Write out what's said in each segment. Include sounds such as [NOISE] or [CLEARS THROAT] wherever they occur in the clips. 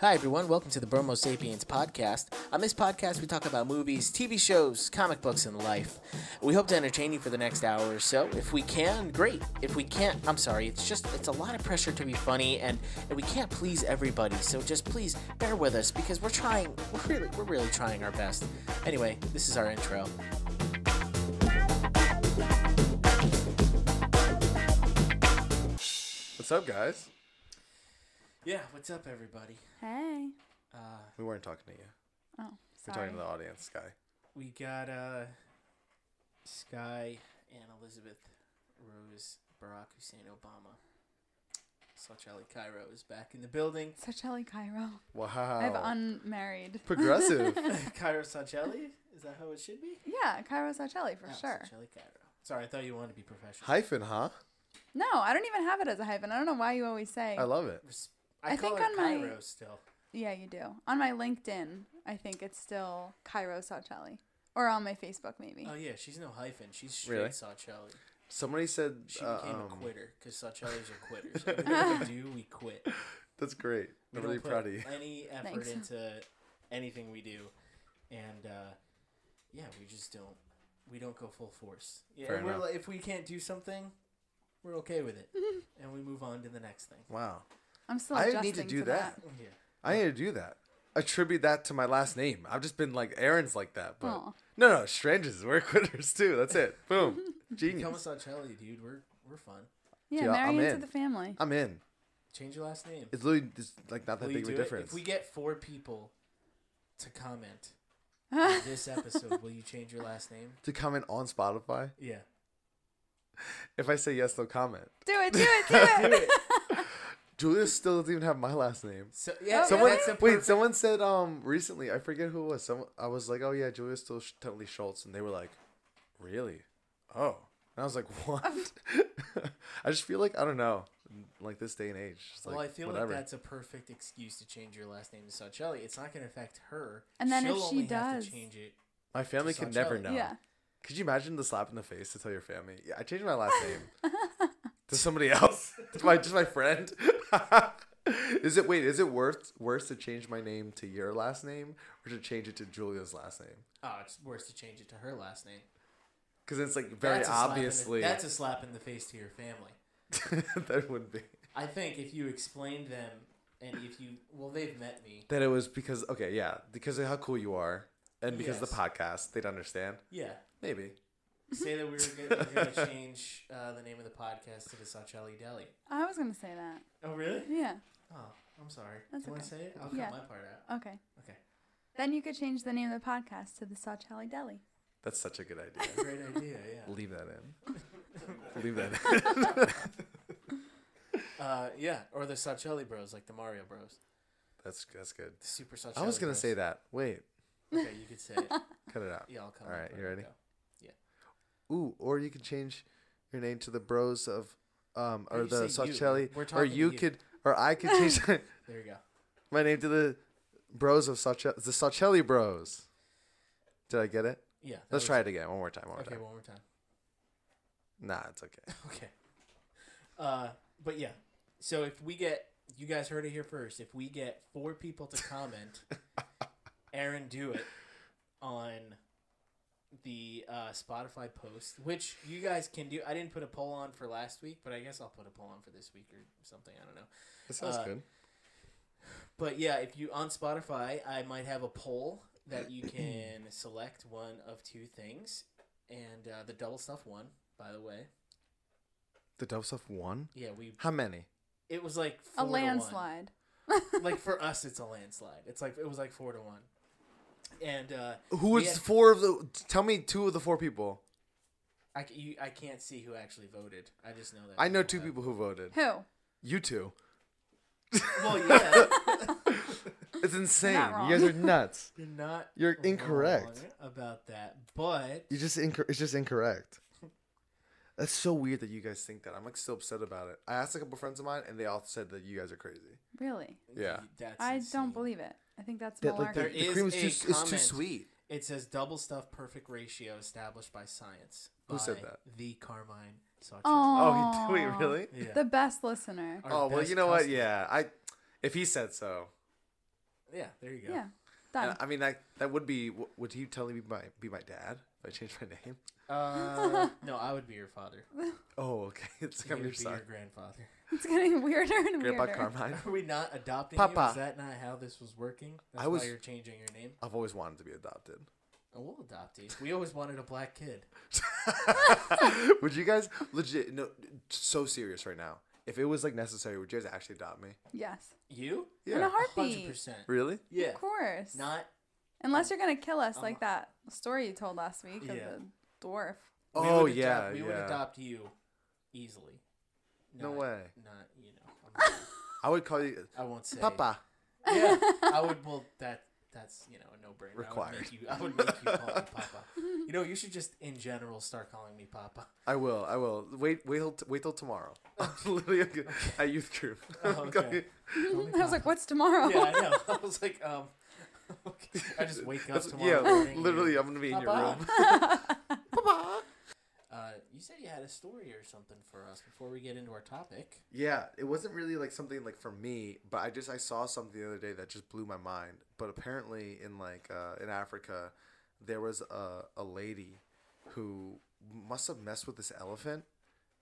Hi, everyone. Welcome to the Bromo Sapiens podcast. On this podcast, we talk about movies, TV shows, comic books, and life. We hope to entertain you for the next hour or so. If we can, great. If we can't, I'm sorry. It's just, it's a lot of pressure to be funny, and, and we can't please everybody. So just please bear with us because we're trying, we're really, we're really trying our best. Anyway, this is our intro. What's up, guys? Yeah, what's up, everybody? Hey. We weren't talking to you. Oh, We're sorry. talking to the audience, guy. We got uh, Sky and Elizabeth Rose, Barack Hussein Obama. Saw Charlie Cairo is back in the building. [LAUGHS] Sachelli Cairo. Wow. I've unmarried. [LAUGHS] Progressive. [LAUGHS] Cairo Sachelli? Is that how it should be? yeah, Cairo Sachelli for Oh, sure. Sachelli Cairo. Sorry, I thought you wanted to be professional. Hyphen, huh? No, I don't even have it as a hyphen. I don't know why you always say. I love it. Res- I, I call think her on my- Cairo still. yeah, you do. On my LinkedIn, I think it's still Cairo Sachelli. Or on my Facebook, maybe. Oh, yeah, she's no hyphen. She's straight Really? Sachelli. Somebody said She uh, became a um, quitter because Sachellis are quitters. [LAUGHS] Everything we do, we quit. That's great. We I'm don't really put [LAUGHS] proud of you. Any effort Thanks. into anything we do, and uh, yeah, we just don't. We don't go full force. Yeah, Fair and we're enough. like, if we can't do something, we're okay with it, and we move on to the next thing. Wow. I'm still I adjusting need to do to that. that. Yeah, I need to do that. Attribute that to my last name. I've just been like errands like that, but Aw. no, no, strangers. We're [LAUGHS] quitters too. That's it. Boom. [LAUGHS] become a Genius. Sachelli, dude. We're we're fun. Yeah, Yeah, marry I'm into in. [LAUGHS] the family. I'm in. Change your last name. It's literally just like not that Will you big of do a it? difference. If we get four people to comment on this episode, will you change your last name? to comment on Spotify, Yeah. if I say yes, they'll comment. Do it, do it, [LAUGHS] do it. Julia still doesn't even have my last name. So yeah, Oh, Someone that's a wait. perfect- Someone said um recently. I forget who it was. Someone I was like, oh yeah, Julia's still Sh- Totally Schultz, and they were like, really? Oh, and I was like, [LAUGHS] what? [LAUGHS] I just feel like I don't know, like this day and age. Just like, well, I feel whatever. like that's a perfect excuse to change your last name to Sachelli. It's not going to affect her. And then if She'll she only have does- to change it. my family Just could Sachelli. never know. [LAUGHS] Yeah. Could you imagine the slap in the face to tell your family? Yeah, I changed my last name to somebody else. [LAUGHS] to my just my friend. [LAUGHS] is it wait? Is it worth worse to change my name to your last name or to change it to Julia's last name? Oh, it's worse to change it to her last name. Because it's like very That's a slap in the- obviously that's a slap in the face to your family. [LAUGHS] that would be I think if you explained them and if you well, they've met me. that it was because okay yeah because of how cool you are and because Yes. the podcast they'd understand Yeah. maybe Say that we were going we [LAUGHS] to change uh, the name of the podcast to the Sachelli Deli. I was going to say that. Oh, really? Yeah. Oh, I'm sorry. That's you want to okay. say it? I'll cut Yeah. my part out. Okay. Okay. Then you could change the name of the podcast to the Sachelli Deli. that's such a [LAUGHS] good idea Great idea. Yeah. leave that in [LAUGHS] [LAUGHS] leave that in Uh, yeah. Or the Sachelli Bros, like the Mario Bros, that's that's good the Super Sachelli. I was gonna Bros. say that wait Okay, you could say it. cut it out Yeah, I'll come. All up right, with you it, ready? though. ooh or you could change your name to the Bros of um No, or you the say you. Sachelli We're or talking to you you. could or I [LAUGHS] could change There you go. my name to the Bros of Sachelli the Sachelli Bros did I get it Yeah. that let's was try it again one more time one more Okay, time one more time. [LAUGHS] nah it's okay. Okay. Uh, but yeah. So if we get, you guys heard it here first. If we get four people to [LAUGHS] comment, Aaron do it on the uh, Spotify post, which you guys can do. I didn't put a poll on for last week, but I guess I'll put a poll on for this week or something. I don't know. That sounds Uh, good. But yeah, if you on Spotify, I might have a poll that [CLEARS THROAT] you can select one of two things, and uh, the double stuff one. By the way, The Dove Stuff one? yeah, we How many? it was like A four to one. landslide. [LAUGHS] like for us, it's a landslide. It's like it was like four to one, and uh, Who was Yeah. four of the? Tell me two of the four people. I c- you, I can't see who actually voted. I just know that I know two people who voted. Who? You two. Well, [LAUGHS] yeah, It's insane. Not wrong. [LAUGHS] You guys are nuts. you're not. You're wrong incorrect. about that, but You just inc- it's just incorrect. That's so weird that you guys think that. I'm like so upset about it. I asked a couple friends of mine, and they all said that you guys are crazy. Really? Yeah. that's I insane. don't believe it. I think that's That, like, malarkey. the, There the is cream is a too, is too comment. sweet. It says double stuff perfect ratio established by science. Who by said that? The Carmine Sawchuk. Oh, Oh, he- wait, really? yeah. The best listener. Our Oh well, best you know what? customer. Yeah, I. If he said so, Yeah, there you go. Yeah. And Done. I mean, that that would be. w- Would he tell me be my be my dad if I changed my name? [LAUGHS] Uh, no, I would be your father. Oh, okay. [LAUGHS] It's He like I'm would your be son, your grandfather. [LAUGHS] [LAUGHS] It's getting weirder and Grandpa weirder. Carmine. Are we not adopting you? Papa. Is that not how this was working? That's I was- why you're changing your name. I've always wanted to [LAUGHS] be adopted. Oh, we'll adopt you. We always wanted a black kid. would you guys legit? No, so serious right now. If it was like necessary, would you guys actually adopt me? [LAUGHS] Yes. You? In a Yeah. Hundred heartbeat. percent. Really? Yeah. Of course. Not. Unless you're gonna kill us like that story you told last week Yeah. of the we dwarf. oh would yeah, adopt- we yeah. would adopt you easily. No Not- way. Not you know. I'm not- I would call you I won't say. Papa. Yeah. I would. Well, that that's you know a no brainer. I would Required. make you, I would make you call me Papa. You know, you should just in general start calling me Papa. I will. I will. Wait. Wait till wait till [LAUGHS] tomorrow. [LAUGHS] Literally at youth group. [LAUGHS] Oh, okay. [LAUGHS] I was like, what's tomorrow? Yeah, I know. [LAUGHS] [LAUGHS] I was like, um, okay. I just wake up That's- tomorrow. yeah, morning and- literally, I'm gonna be in your Papa. room. [LAUGHS] Uh, you said you had a story or something for us before we get into our topic. Yeah, it wasn't really like something like for me, but I just I saw something the other day that just blew my mind. But apparently in like uh, in Africa, there was a a lady who must have messed with this elephant,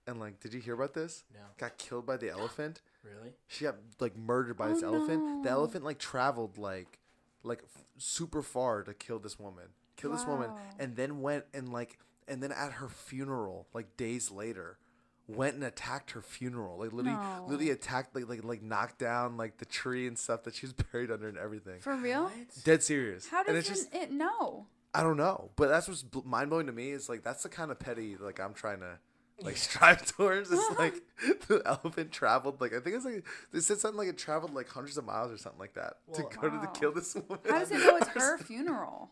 and like, did you hear about this? No, Got killed by the elephant. really? She got like murdered by this Oh, elephant. The no. elephant like traveled like like f- super far to kill this woman. Kill this woman Wow. and then went and like and then at her funeral like days later went and attacked her funeral. Like literally No. literally attacked like like like knocked down like the tree and stuff that she was [LAUGHS] buried under and everything. [LAUGHS] For real? Dead serious. How and it's does just it know? I don't know, but that's what's mind blowing to me is like that's the kind of petty like I'm trying to like strive [LAUGHS] towards. [LAUGHS] It's like the elephant traveled like I think it's like they said something like it traveled like hundreds of miles or something like that Well, to go to Wow. the kill this woman. [LAUGHS] How does it know it's her funeral?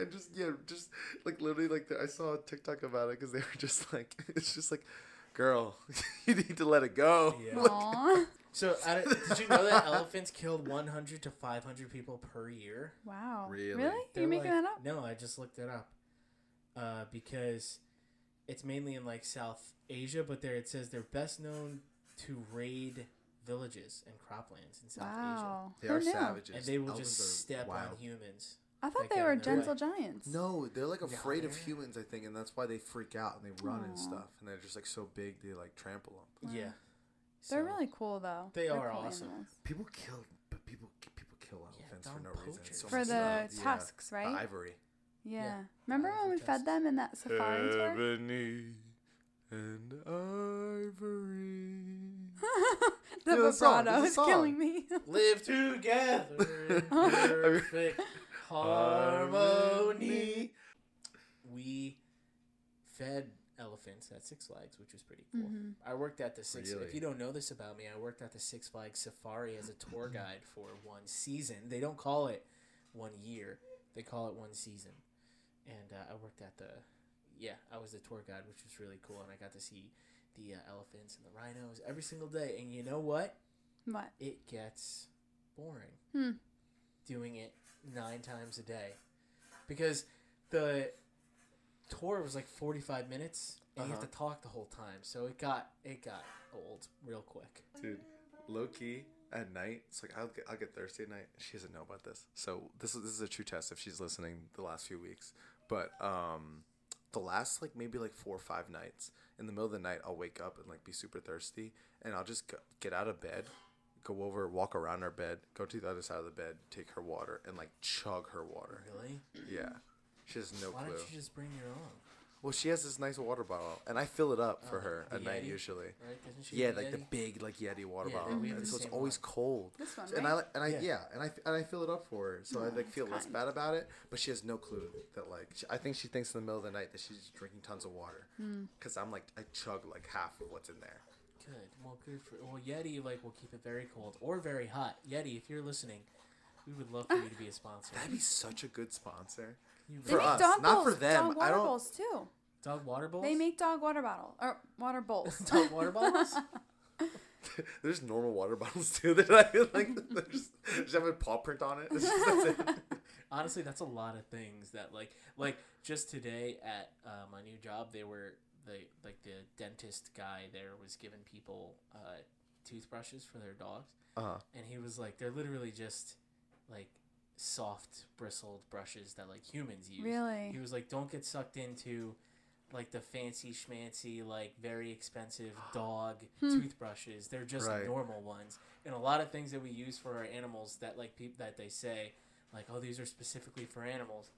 and just yeah, just like literally like I saw a TikTok about it because they were just like [LAUGHS] it's just like, girl, [LAUGHS] you need to let it go. Yeah. [LAUGHS] Like, Aw. [LAUGHS] So, I, don't- did you know that elephants killed 100 to 500 people per year? Wow. Really? They're You're making like- that up? No, I just looked it up. Uh, because it's mainly in like South Asia, but there it says they're best known to raid villages and croplands in South Wow. They Who are knew? savages. Asia. And they will Elephants just are step on wild. humans. I thought Like they in were the- gentle giants. No, they're like afraid of they're- humans, I think, and that's why they freak out and they run and stuff, and they're just like so big they like trample them. Yeah. So- They're really cool though. They They're are cool awesome. animals. People kill, but people people kill elephants for dumb no reason. poachers. It's so For messed For the up. Yeah. tusks, The right? ivory. Yeah. Yeah. Remember Ivory when we tusks. fed them in that Uh, safari tour? and ivory. [LAUGHS] The Yeah, that's all. vibrato That's a is killing song. [LAUGHS] me. [LAUGHS] [LAUGHS] Live together in perfect harmony. We fed elephants at Six Flags, which was pretty cool. Mhm. I worked at the Six. If Really? you don't know this about me, I worked at the Six Flags Safari as a tour guide for one season. They don't call it one year; they call it one season. And uh, I worked at the, yeah, I was the tour guide, which was really cool, and I got to see the uh, elephants and the rhinos every single day. And you know what? what? it gets boring Hmm. doing it nine times a day because the tour was like 45 minutes and you have Uh-huh. to talk the whole time so it got it got old real quick Dude, low key at night. It's like I'll get I'll get thirsty at night. She doesn't know about this, so this is this is a true test if she's listening the last few weeks. But um, the last like maybe like four or five nights in the middle of the night, I'll wake up and like be super thirsty, and I'll just go, get out of bed, go over, walk around our bed, go to the other side of the bed, take her water, and like chug her water. really Yeah. She has no why clue. don't you just bring your own Well, she has this nice water bottle, and I fill it up for Oh, her the at night Yeti? usually. right doesn't she Yeah, do like the Yeti? big like Yeti water Yeah, bottle, we have and the so it's same always one. cold. This one, So- and I right? and I Yeah. yeah, and I and I fill it up for her, so I like feel less kind. bad about it. But she has no clue that like she, I think she thinks in the middle of the night that she's drinking tons of water, because I'm like I chug like half of what's in there. good well good for well yeti like will keep it very cold or very hot yeti if you're listening we would love for you to be a sponsor That'd be such a good sponsor. You They For really- make us, dog not bowls, for them. Dog I water don't- bowls too. dog water bowls They make dog water bottle or water [LAUGHS] [LAUGHS] bowls. dog water bottles [LAUGHS] There's normal water bottles too that I like [LAUGHS] they're just, just have a paw print on it. [LAUGHS] It's just- that's it. honestly that's a lot of things that like like just today at uh, my new job they were they like the dentist guy there was giving people uh, toothbrushes for their dogs Uh-huh. and he was like they're literally just like soft bristled brushes that like humans use. [LAUGHS] Really? He was like, don't get sucked into like the fancy schmancy, like very expensive [GASPS] dog Hmm. toothbrushes. They're just Right. normal ones. And a lot of things that we use for our animals that like peop that they say like, oh, these are specifically for animals.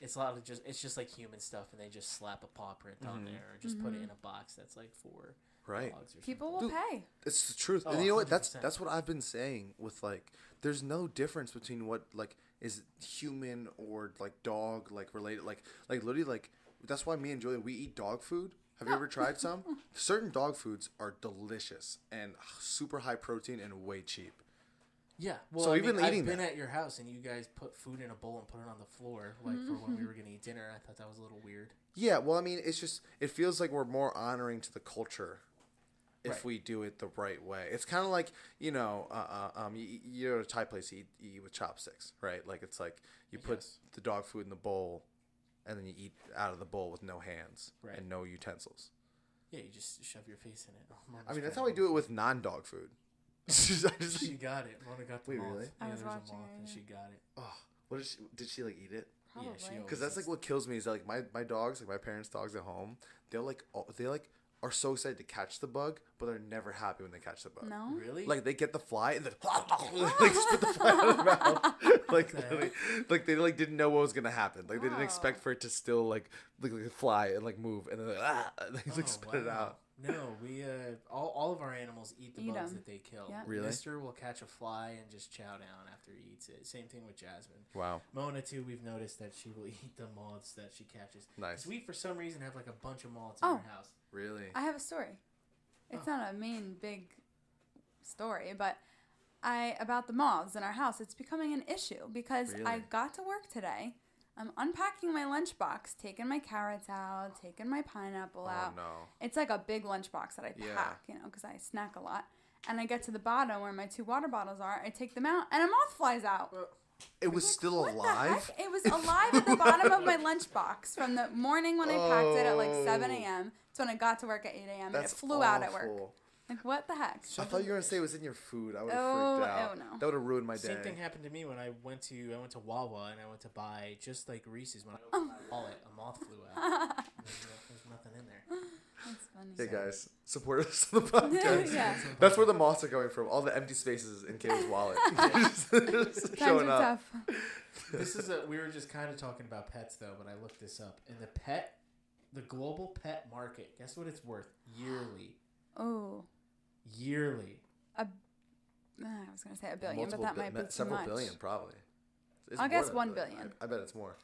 It's a lot of just it's just like human stuff, and they just slap a paw print on there or just put it in a box that's like for Mm-hmm. Right. dogs or Mm-hmm. People will Dude, pay. It's the truth. Oh, and you know what? That's 100%. that's what I've been saying with like there's no difference between what like is human or like dog like related like like literally like that's why me and Julia we eat dog food. Have you ever tried some? Certain dog foods are delicious and super high protein and way cheap. Yeah. Well, So I we've mean, been I've eating been that. at your house and you guys put food in a bowl and put it on the floor, like for when we Mm-hmm. were gonna eat dinner. I thought that was a little weird. Yeah, well, I mean, it's just it feels like we're more honoring to the culture if Right. we do it the right way. It's kind of like you know, uh, uh, um, you, you go to a Thai place, you eat, you eat with chopsticks, right? Like it's like you put Yes. the dog food in the bowl, and then you eat out of the bowl with no hands Right. and no utensils. Yeah, you just shove your face in it. Oh, I mean, that's how I do it with non-dog food. [LAUGHS] I just, She got it. Mona got the Wait, moth. really? Yeah, I was there was watching a moth her, and yeah. she got it. oh, what did she? Did she like eat it? Probably. she always- Because that's like what kills me is that, like my, my dogs, like my parents' dogs at home, they're like all- they like are so excited to catch the bug, but they're never happy when they catch the bug. no. Really? Like [LAUGHS] they get the fly and then like just put the fly out of their [LAUGHS] mouth. like literally, like they like didn't know what was gonna happen. Like they didn't Wow. expect for it to still like like, like fly and like move and then like ah [LAUGHS] and they like Oh, spit it wow. out. No, we uh, all, all of our animals eat the Eat bugs 'em. that they kill. Yeah. Really? Mister will catch a fly and just chow down after he eats it. Same thing with Jasmine. Wow. Mona too. We've noticed that she will [LAUGHS] eat the moths that she catches. 'Cause Nice. We for some reason have like a bunch of moths Oh. in our house. Really? I have a story. It's not a main big story, but I about the moths in our house. It's becoming an issue because I Really? got to work today. I'm unpacking my lunchbox, taking my carrots out, taking my pineapple oh out. no. It's like a big lunchbox that I Yeah. pack, you know, because I snack a lot. And I get to the bottom where my two water bottles are. I take them out, and a moth flies out. It was still What the alive? heck? It was alive at the bottom of my lunchbox from the morning when I packed it at like 7 Oh. a.m. It's when I got to work at 8 a.m. and it That's flew out at work. awful. Like, what the heck? [LAUGHS] I thought you were gonna say it was in your food. I would have Oh, freaked out. oh, no. That would have ruined my day. Same thing happened to me when I went to I went to Wawa and I went to buy just like Reese's when I Oh. opened my wallet a moth flew [LAUGHS] out. There's no- there's nothing in there. That's funny. Hey guys, support us [LAUGHS] on the podcast. Yeah. That's where the moths are going from. All the empty spaces in Caleb's [LAUGHS] wallet. Just [LAUGHS] Times showing are up. tough. This is a we were just kind of talking about pets though, but I looked this up and the pet, the global pet market. Guess what it's worth yearly? Oh, Yearly. ah, I was going to say a billion, Multiple but that bi- might ma- be too several much. billion, probably. It's I'll more guess than a one I- billion. I, bet it's more.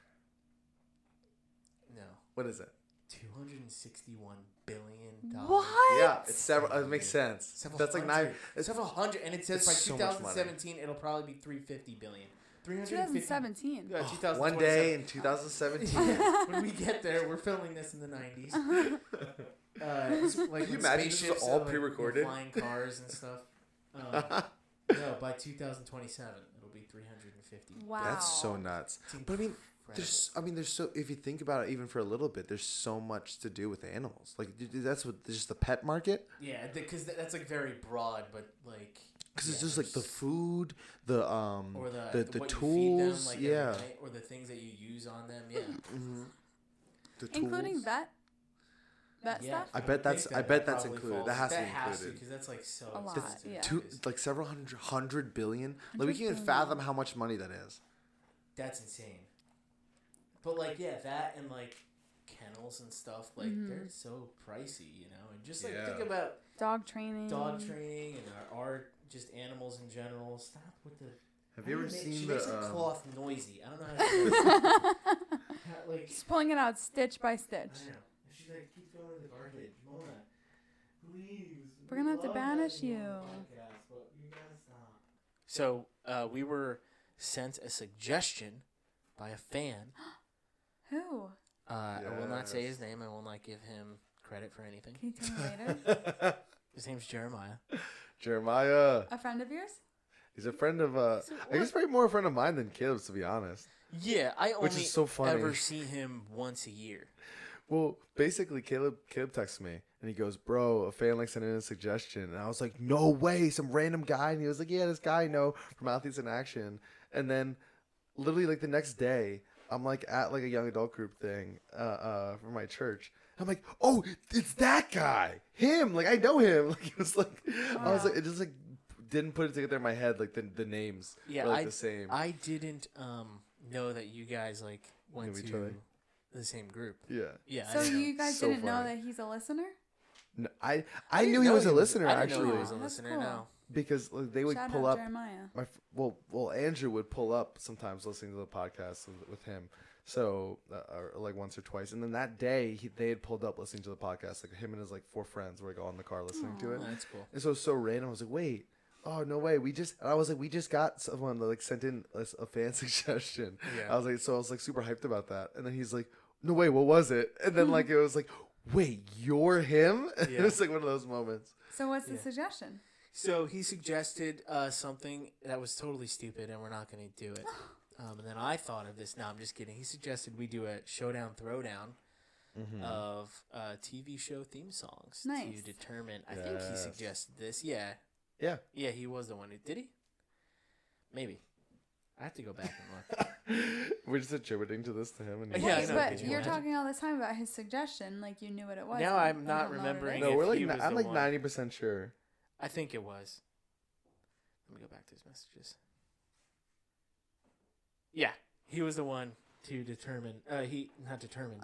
No, What is it? two hundred and sixty-one billion dollars. What? Yeah, it's several. It makes sense. Several That's like nine. hundred. It's Several hundred, and it says It's by so much money. 2017 it'll probably be 350 billion. 350 2017. Yeah, oh, one day 2027. in 2017. [LAUGHS] [LAUGHS] Yeah, when we get there, we're filming this in the '90s. Uh, it's like Can you when imagine this is spaceships all are, like, pre-recorded? flying cars and [LAUGHS] stuff. Um, no, by 2027, it'll be 350. Wow. [LAUGHS] That's so nuts. It's But I mean, incredible. there's. I mean, there's so. If you think about it, even for a little bit, there's so much to do with animals. Like dude, that's what just the pet market. Yeah, because that's like very broad, but like Because it's yeah, just like the there's- food, the um, or the the, the, what tools, you feed them, like, every yeah, Mm-hmm. night, or the things that you use on them. Yeah, the tools. [LAUGHS] Including vet. Vet yeah. stuff? I would bet that's- think I bet that's probably included. falls- That has to that be has included. because that's like so A lot, expensive. yeah. Two, It's- like several hundred, hundred billion. Like we Hundred can't even billion. fathom how much money that is. That's insane. But like yeah, that and like kennels and stuff, like Mm-hmm. they're so pricey, you know. And just like Yeah. think about Dog training. dog [LAUGHS] training and our art, just animals in general. Stop with the. Have How do make- she makes um, a cloth noisy? I don't know how to. do [LAUGHS] it. How- like [LAUGHS] Just pulling it out stitch by I stitch. [LAUGHS] don't know. She's like keep throwing in the garbage, Mona. Please. We're we gonna have to love banish having on the you. podcast, but you gotta stop. So uh, we were sent a suggestion by a fan Who? Uh, I will not say Yes. his name. I will not give him credit for anything. Can you tell me later? His name's Jeremiah. um, [LAUGHS] Jeremiah, A friend of yours? he's a friend of. Uh, I guess probably more a friend of mine than Caleb's, to be honest. Yeah, I only Which is so funny. ever see him once a year. Well, basically, Caleb Caleb texts me and he goes, "Bro, a fan like sent in a suggestion," and I was like, "No way!" Some random guy, and he was like, "Yeah, this guy I know from Athletes in Action." And then, literally, like the next day, I'm like at like a young adult group thing uh, uh for my church. I'm like, "Oh, it's that guy, him!" Like I know him. [LAUGHS] Like it was like I was Wow. like it just like didn't put it together in my head. Like the the names Yeah, were like I, the same. I didn't um, know that you guys like went Knew each to other. the same group. yeah. Yeah. I So didn't know. you guys So didn't know funny. that he's a listener? No, I I didn't knew he know was a listener I didn't know actually he was a That's listener. cool. No. because like, they would Shout pull out up. Jeremiah. my f- well well andrew would pull up sometimes listening to the podcast with, with him so uh, or, like once or twice and then that day he, they had pulled up listening to the podcast like him and his like four friends were like all in the car listening to it Oh, that's cool. and so it was so random i was like wait oh no way we just and i was like we just got someone that like sent in a, s- a fan [LAUGHS] suggestion Yeah. i was like so i was like super hyped about that and then he's like no way what was it and then like it was like wait you're him [LAUGHS] it Yeah. was like one of those moments [LAUGHS] So what's the Yeah. suggestion? So he suggested uh, something that was totally stupid, and we're not going to do it. Um, and then I thought of this. No, I'm just kidding. He suggested we do a showdown throwdown Mm-hmm. of uh, TV show theme songs to Nice. determine. I think he Yes. suggested this. Yeah, yeah yeah, he was the one who did he. Maybe I have to go back and look. we're just attributing to this to him and he Yeah, I just know, said but could he you you're wanted it. imagine? talking all this time about his suggestion, like you knew what it was. Now and I'm you not don't know what it remembering is. No, we're if like he ni- was I'm the like one. ninety percent sure. I think it was. Let me go back to his messages. Yeah, he was the one to determine. Uh, he not determined,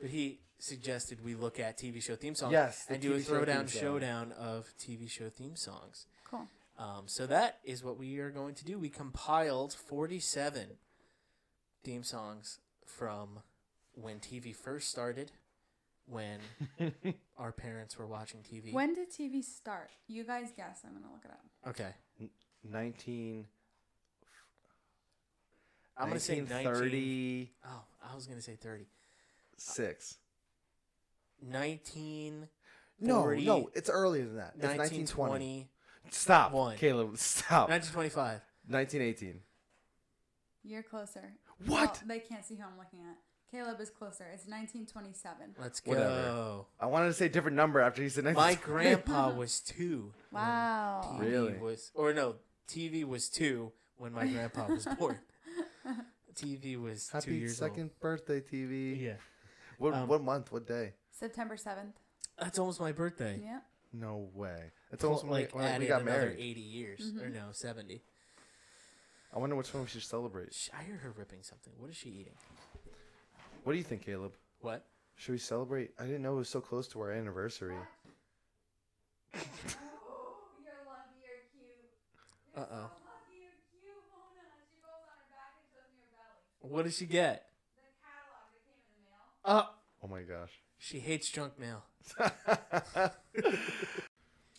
but he suggested we look at TV show theme songs. Yes, the and do a TV show throwdown theme song. showdown of TV show theme songs. Cool. Um, so that is what we are going to do. We compiled 47 theme songs from when TV first started, when [LAUGHS] our parents were watching TV. When did TV start? You guys guess. I'm gonna look it up. Okay. Nineteen. I'm going to say 19. thirty-six. Oh, I was going to say 30. 19, No, 40, no, it's earlier than that. It's nineteen twenty. Oh. 1920, Stop, one. Caleb. Stop. 1925. Nineteen eighteen. You're closer. What? Well, they can't see who I'm looking at. Caleb is closer. It's 1927. Let's go. Whatever. I wanted to say a different number after he said nineteen. My [LAUGHS] grandpa was two. when Wow. TV Really? was or no, TV was two when my grandpa was born. TV was two Happy years second birthday, old. TV. Yeah, What, Um, what month? What day? September 7th. that's almost my birthday. Yeah. No way. It's almost Well, when we- like when we, added got another married. eighty years or no seventy. I wonder which one we should celebrate. Sh- I hear her ripping something. What is she eating? What do you think, Caleb? What? Should we celebrate? I didn't know it was so close to our anniversary. Uh oh. What did she get? Uh Oh my gosh. [LAUGHS] she hates junk mail.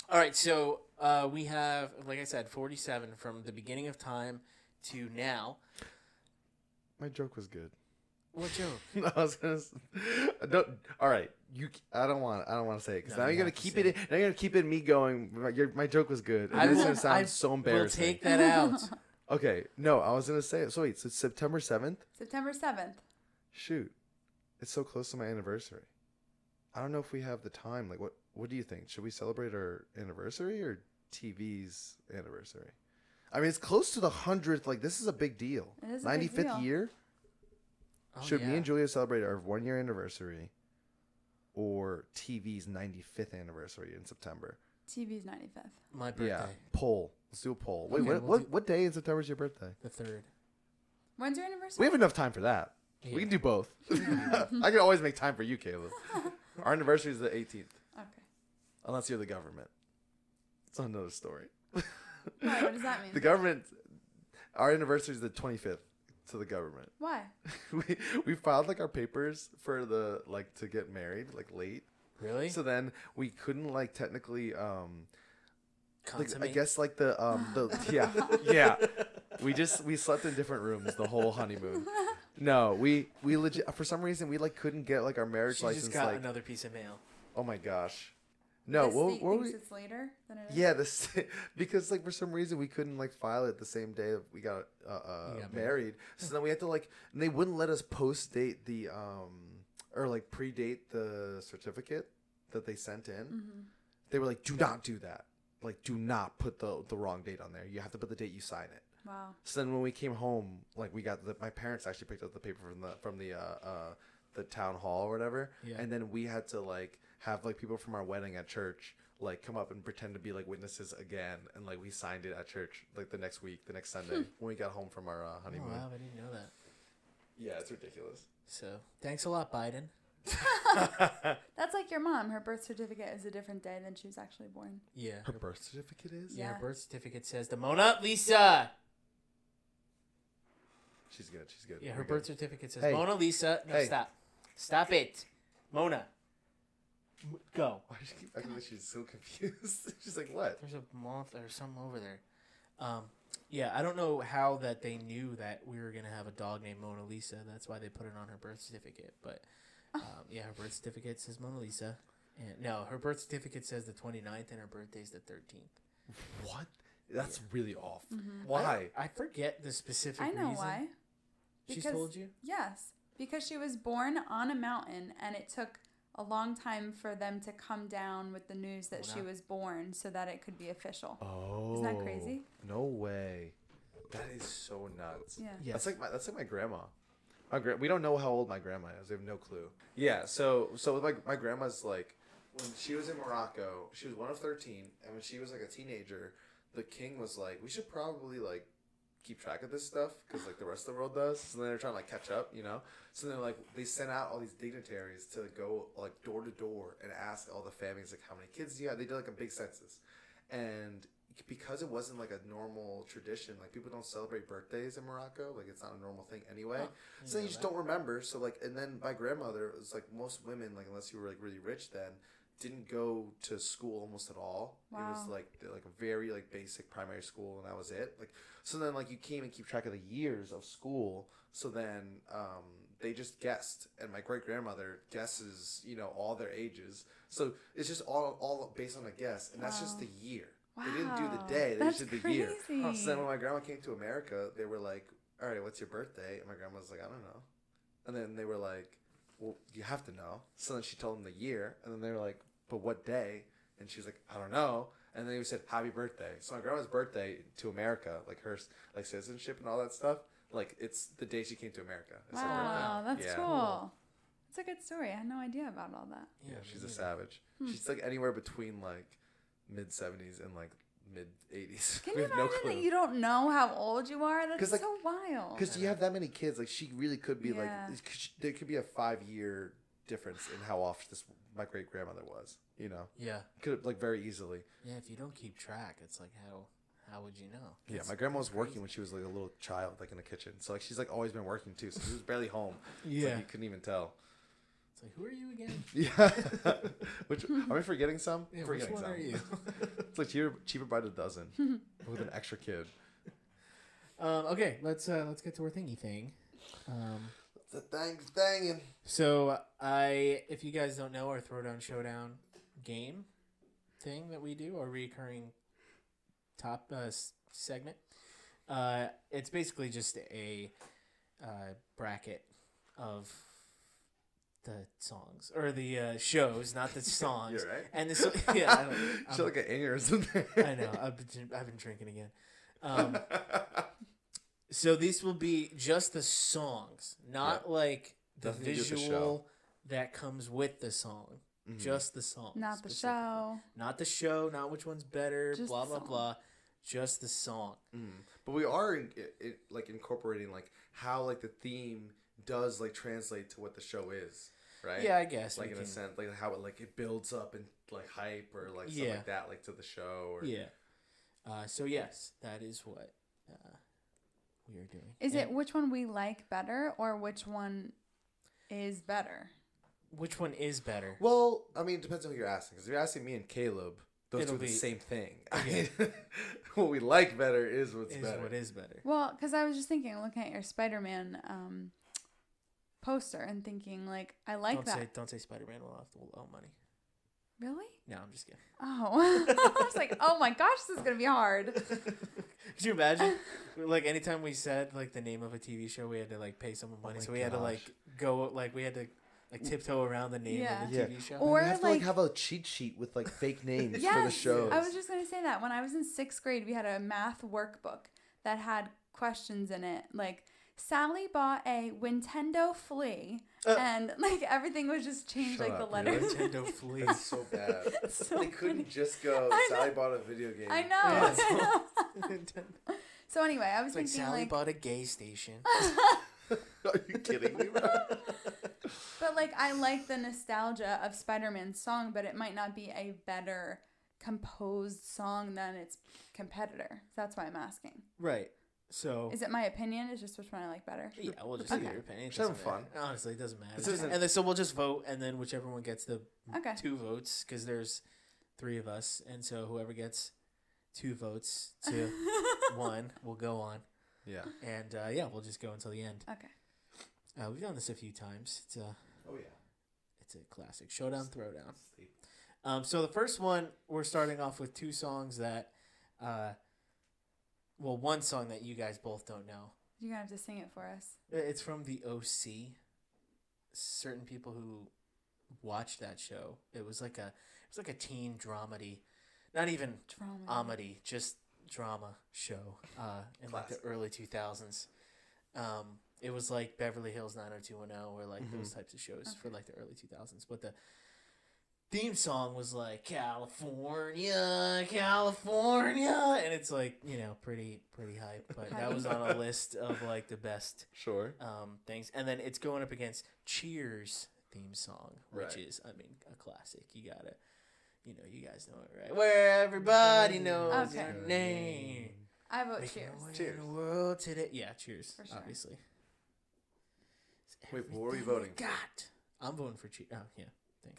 All right, so uh, we have, like I said, forty-seven from the beginning of time to now. My joke was good. [LAUGHS] What joke? I was gonna. s- I Don't. All right. You. I don't want. I don't want to say it because No, now you you're gonna have to keep say it. In, now you're gonna keep it. Me going. My, your, my joke was good. I And this is will- gonna sound I so We'll embarrassing. take that out. Okay. No, I was gonna say it. So wait. So it's September seventh. September 7th. Shoot, it's so close to my anniversary. I don't know if we have the time. Like, what? What do you think? Should we celebrate our anniversary or TV's anniversary? I mean, it's close to the hundredth. Like, this is a big deal. It is a big Ninety fifth deal. year. Oh, [LAUGHS] Should me yeah. and Julia celebrate our one year anniversary or TV's 95th anniversary in September? TV's 95th. my birthday, Yeah. Poll. Let's do a poll. Wait, Okay, what, we'll what, do- what day in September is your birthday? the third? When's your We anniversary? have enough time for that. Yeah. We can do both. [LAUGHS] I can always make time for you, [LAUGHS] Caleb. Our anniversary is the 18th, okay. unless you're the government. It's another story. Why? What does that mean? The government, our anniversary is the 25th to the government. [LAUGHS] Why? we, we filed like our papers for the, like, to get married, like, late. Really? So then we couldn't like technically um like I Consummate? guess like the um [LAUGHS] the yeah yeah we just we slept in different rooms the whole honeymoon. No, we we legit for some reason we like couldn't get like our marriage she license just got like another piece of mail. oh my gosh. No, the what, state what were thinks we, it's later than it is. yeah, this [LAUGHS] because like for some reason we couldn't like file it the same day that we got uh, uh You got married. married. So then we had to like and they wouldn't let us post date the um or like predate the certificate that they sent in. They were like, "Do not do that. Like, do not put the the wrong date on there. You have to put the date you sign it." Wow. So then when we came home, like we got the my parents actually picked up the paper from the from the uh, uh the town hall or whatever, Yeah. and then we had to like have like people from our wedding at church like come up and pretend to be like witnesses again, and like we signed it at church like the next week, the next Sunday when we got home from our uh, Oh, honeymoon. wow, I didn't know that. Yeah, it's ridiculous. So thanks a lot, Biden. That's like your mom. Her birth certificate is a different day than she was actually born. Yeah. Her birth certificate is. Yeah, Yeah. her birth certificate says the Mona Lisa. She's good. She's good. Yeah, We're her good. birth certificate says Hey. Mona Lisa. No, Hey. stop. Stop it. Mona. M- Go. Why does she keep acting like she's so confused? [LAUGHS] she's like, what? There's a month or something over there. Um, yeah, I don't know how that they knew that we were going to have a dog named Mona Lisa. That's why they put it on her birth certificate. But Oh. um, yeah, her birth certificate says Mona Lisa. And, no, her birth certificate says the 29th and her birthday's the 13th. What? That's really off. Mm-hmm. Why? I forget the specific I know reason. why. She's Because- told you? Yes, because she was born on a mountain and it took a long time for them to come down with the news that she Wow. was born so that it could be official. Oh, that crazy? No way. That is so nuts. Yeah. Yes. That's like my that's like my grandma. My gra- we don't know how old my grandma is. We have no clue. Yeah. So so with my my grandma's like when she was in Morocco, she was one of thirteen, and when she was like a teenager, the king was like, we should probably like keep track of this stuff because like the rest of the world does. So then they're trying to like catch up, you know. So then like they sent out all these dignitaries to go like door to door and ask all the families like how many kids do you have. They did like a big census, and because it wasn't like a normal tradition, like people don't celebrate birthdays in Morocco, like it's not a normal thing anyway. Huh. So you know just that. don't remember. So like, and then my grandmother was like, most women, like unless you were like really rich, then didn't go to school almost at all. It was Wow. like like a very like basic primary school, and that was it. Like so, then like you came and keep track of the years of school. So then um, they just guessed, and my great grandmother guesses, you know, all their ages. So it's just all all based on a guess, and that's just Wow. the year. They didn't do the Wow, day; they that's just did the year. crazy. Oh, So then when my grandma came to America, they were like, "All right, what's your birthday?" And my grandma was like, "I don't know." And then they were like, "Well, you have to know." So then she told them the year, and then they were like, "But what day?" And she was like, "I don't know." And then they said, "Happy birthday!" So my grandma's birthday to America, like her like citizenship and all that stuff, like it's the day she came to America. It's her Wow, birthday. that's Yeah. cool. It's a good story. I had no idea about all that. Yeah, me she's a neither. savage. Hmm. She's like anywhere between like mid seventies and like mid eighties. [LAUGHS] Can you imagine that you don't know how old you are? 'Cause, That's like- so wild. Because you have that many kids, like she really could be Yeah. like, 'cause she- there could be a five year difference in how off this my great grandmother was. You know, Yeah. could like very easily. Yeah, if you don't keep track, it's like how how would you know? Yeah, It's- my grandma was working when she was like a little child, like in the kitchen. So like she's like always been working too. So she was barely home. It's like, Yeah. you couldn't even tell. It's like who are you again? Yeah, [LAUGHS] which am I forgetting some? Yeah, which forgetting one some. are you? [LAUGHS] it's like cheaper, cheaper by the [LAUGHS] dozen with an extra kid. um, okay, let's uh, let's get to our thingy thing. Um, The thing's thinging. so I, if you guys don't know, our Throwdown Showdown game thing that we do, our recurring top uh, s- segment, uh, it's basically just a uh, bracket of the songs or the uh, shows, not [LAUGHS] the songs. You're right. And this, [LAUGHS] yeah, I don't- [LAUGHS] She I'm- like an aneurysm I there. know. I've been, I've been drinking again. [LAUGHS] Um, so these will be just the songs, not like the Nothing to do with the visual that comes with the song. Mm-hmm. Just the song. Not the specifically. show. Not the show. Not which one's better. Just blah the blah song. blah. Just the song. Mm. But we are in, it, it, like incorporating like how like the theme does like translate to what the show is, right? Yeah, I guess. Like we in a can- sense, like how it like it builds up and like hype or like stuff Yeah. like that, like to the show. Or, Yeah. Uh, so yes, that is what uh, we are doing. Is And it which one we like better or which one is better? which one is better? Well, I mean, it depends on who you're asking. Because if you're asking me and Caleb, those It'll two are the be- same thing. [LAUGHS] I mean, what we like better is what's Is better. [LAUGHS] what is better? Well, because I was just thinking, looking at your Spider-Man um, poster and thinking, like, I like don't that. say don't say Spider Man. We'll have to we'll owe money. Really? No, I'm just kidding. Oh, [LAUGHS] I was like, oh my gosh, this is gonna be hard. Could you imagine? like anytime we said like the name of a TV show, we had to like pay someone money, my so we had to like gosh. go like we had to Like tiptoe around the name Yeah. of the Yeah. TV show. Or you have to like, like have a cheat sheet with like fake names for the Yes, shows. I was just gonna say that when I was in sixth grade, we had a math workbook that had questions in it, like Sally bought a Nintendo flea, Oh. Uh. and like everything was just changed, Shut like up, the really? [LAUGHS] letters. [LAUGHS] Nintendo Flea. It's so bad. It's [LAUGHS] so they couldn't funny. just go. I know. Sally bought a video game. I know. [LAUGHS] Yeah, I know. [LAUGHS] Nintendo. So anyway, I It's was like thinking Sally like, bought a gay station. [LAUGHS] Are you kidding me? bro? but like I like the nostalgia of Spider-Man's song, but it might not be a better composed song than its competitor. That's why I'm asking. [LAUGHS] right. So Is it my opinion? Is just which one I like better? yeah, we'll just Okay. get your opinion. It Just having doesn't matter. Honestly, it doesn't matter. This isn't- And then, so we'll just vote, and then whichever one gets the Okay. two votes, because there's three of us, and so whoever gets two votes [LAUGHS] to one will go on, Yeah. and uh, yeah, we'll just go until the end. Okay. Uh, we've done this a few times. It's a Oh yeah. it's a classic showdown throwdown. Um, so the first one we're starting off with two songs that, uh, well, one song that you guys both don't know. Uh, You're gonna have to sing it for us. It's from the OC. Certain people who watched that show, it was like a it was like a teen dramedy, not even Drama. comedy, just drama show uh, in like Classic. the early two thousands. Um, it was like Beverly Hills nine hundred two one zero or like those types of shows for Okay. like the early two thousands. But the theme song was like California, California, and it's like you know pretty pretty hype. But that was on a list of like the best Sure. um, things, and then it's going up against Cheers theme song, which Right. is I mean a classic. You gotta, you know, you guys know it, right? Where everybody knows Okay. your name. I vote Making Oh, cheers. our way Cheers. In the world today, yeah, Cheers. For sure. Obviously. Wait, what were you Everything voting for? God, I'm voting for Cheers. Oh yeah,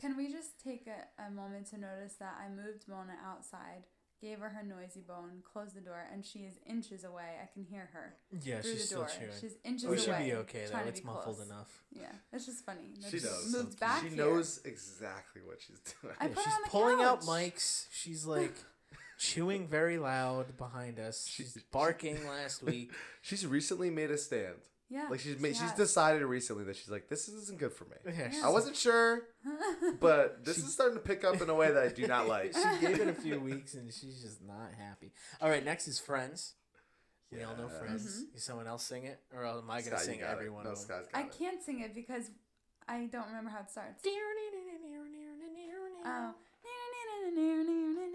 Can we just take a, a moment to notice that I moved Mona outside, gave her her noisy bone, closed the door, and she is inches away. I can hear her yeah, through she's the still door. chewing. She's inches Oh, we away. should be okay though. trying to It's be muffled close. enough. Yeah, it's just funny. that She knows Moved something. back She here. knows exactly what she's doing. I Yeah, put she's her on the pulling out couch. mics. She's [LAUGHS] like chewing very loud behind us. She- She's barking last week. she's recently made a stand. Yeah, Like she's she made, she's [LAUGHS] has. decided recently that she's like, this isn't good for me. Yeah, she's I wasn't sure, but this She- is starting to pick up in a way that I do [LAUGHS] not like. she gave it a few weeks and she's just not happy. All right, next is Friends. We all know Yes. Friends. Mm-hmm. Is someone else sing it, or am I gonna Scott, you sing got it. every one No, of them? Scott's got I it. can't sing it because I don't remember how [LAUGHS] it starts. Oh. [LAUGHS]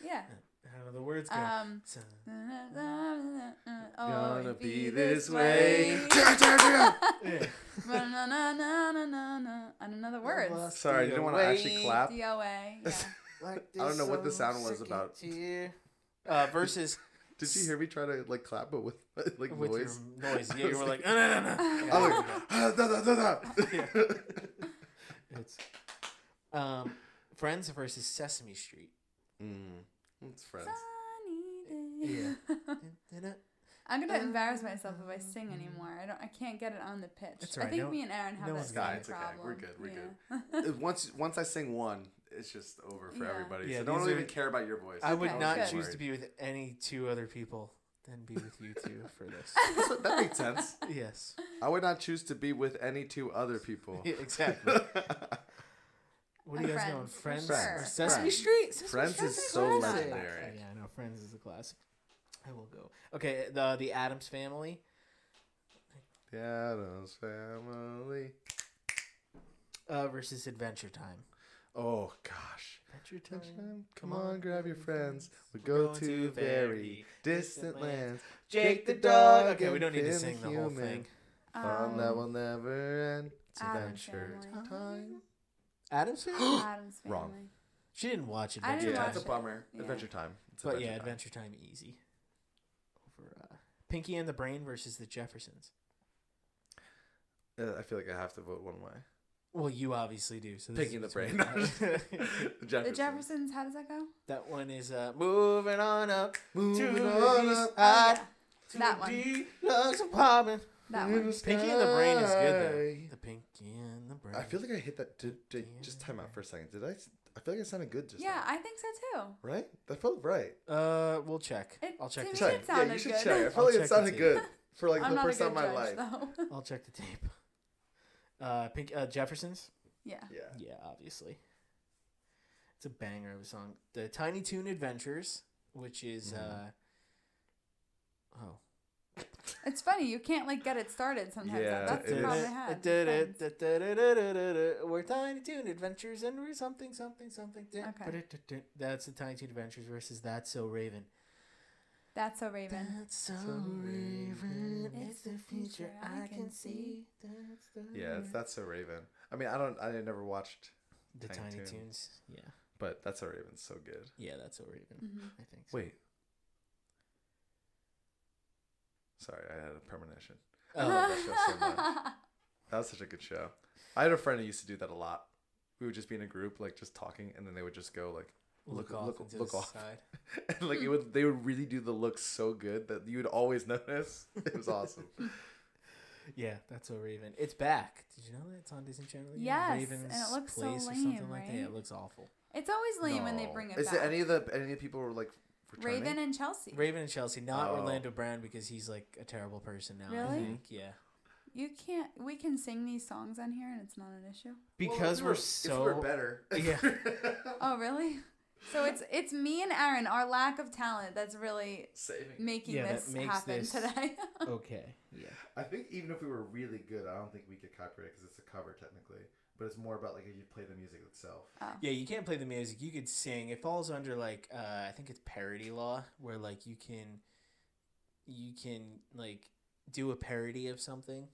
Yeah. How do the words go? Um. So- Gonna [LAUGHS] Tear, tear, tear. Na-na-na-na-na-na. I don't know the words. Sorry, I didn't want to actually Wait. clap. DOA. Yeah. [LAUGHS] I don't know what the sound was about. Uh, versus Did you hear me try to like clap, but with [LAUGHS] like with noise? your noise, yeah, I you was were [LAUGHS] like, like- "Uh, no, no, no." Yeah. [LAUGHS] I was like, [LAUGHS] "Ah, da, da, da, da." It's- um, Friends versus Sesame [LAUGHS] Street. [LAUGHS] Mm, it's friends. Sunny day. [LAUGHS] I'm gonna Uh, embarrass myself if I sing anymore. I don't. I can't get it on the pitch. That's I alright, think no- me and Aaron have no that one's same got it. It's okay, problem. we're good, we're good. It- once once I sing one, it's just over for Yeah. everybody. Yeah, so no one these will are- even care about your voice. I would Okay, not good. choose to be with any two other people than be with you two for [LAUGHS] this. [LAUGHS] That's what- that makes sense. yes. I would not choose to be with any two other people. [LAUGHS] Yeah, [LAUGHS] exactly. What do you Or guys know? Friends, Friends, for or sure. Sesame Friends. Street? Sesame Friends Street's is a so classic. legendary. Yeah, I know. Friends is a classic. I will go. Okay, the the Adams Family. The Addams Family. Uh, versus Adventure Time. Oh gosh. Adventure Time, Come on, grab your friends. We go to very distant lands. Jake the dog. Okay, we don't need to sing the whole Human. thing. Fun that Um, will never end. It's Addams adventure Um, Family. time. Adams [GASPS] Family. Adam's family. Wrong. she didn't watch I Adventure didn't Time, watch it. bummer. Yeah. Adventure time. It's but yeah, Time. Adventure Time easy. Over uh, Pinky and the Brain versus the Jeffersons. Uh, I feel like I have to vote one way. [LAUGHS] Well, you obviously do. So this Picking the is brain. between [LAUGHS] us. The The Jeffersons. Jeffersons. How does that go? Oh, that one is uh, moving on up. Moving the on east up. side. yeah. That one. Deluxe apartment. That in [LAUGHS] one. the Pinky and the Brain is good sky. though. The Pinky and the Brain. I feel like I hit that. Did, did just time out for a second? Did I? s- I feel like I sounded good just. Yeah, now, I think so too. Right. That felt right. Uh, we'll check. It- I'll check. to The me- tape. Check. it Yeah, you sounded should good. check. I I'll felt like check it sounded the tape. good for like I'm the not first a [LAUGHS] time good in my judge life. though. I'll check the tape. Uh, Pink, uh, Jefferson's. Yeah. Yeah. Yeah, obviously. It's a banger of a song. The Tiny Toon Adventures, which is Mhm. uh oh. It's funny, you can't like get it started sometimes. Yeah, That's the it problem is. I had. I with did friends. it. Da-da-da-da-da-da-da. We're Tiny Toon Adventures and we're something, something, something. da- Okay. ba-da-da-da. That's the Tiny Toon Adventures versus That's So Raven. That's so Raven. That's so Raven. Raven. It's It's the future I can see. That's the Yeah, Mm-hmm. it's Raven. that's a Raven. I mean, I don't, I never watched, the Tiny Tiny Toon. Toons. Yeah. but that's a Raven's so good. Yeah, That's So Raven. hmm I think. So. Wait. Sorry, I had a premonition. Oh, [LAUGHS] love that That was such a good show. I had a friend who used to do that a lot. We would just be in a group, like just talking, and then they would just go like, look, Look- off look- into look the off. [LAUGHS] side. and, like it would. They would really do the look so good that you would always [LAUGHS] notice. It was awesome. [LAUGHS] Yeah, that's so Raven. It's back. Did you know that it's on Disney Channel? again? Yes, and it looks so lame, Yeah, right? it looks awful. It's always lame when they No. bring it Is back. there any of the any of the people who were like returning? Raven and Chelsea. Raven and Chelsea, not Oh. Orlando Brown because he's like a terrible person now. I Really? think. Yeah. You can't. We can sing these songs on here, and it's not an issue. Well, if Because we we're, if so we [LAUGHS] were better. [LAUGHS] Oh, really? [LAUGHS] So it's it's me and Aaron, our lack of talent, that's really Saving. making Yeah, this that makes happen this- today. [LAUGHS] okay. Yeah. I think even if we were really good, I don't think we could copyright because it's a cover technically. But it's more about like if you play the music itself. Yeah, you can't play the music. You could sing. It falls under like uh, I think it's parody law, where like you can, you can like do a parody of something.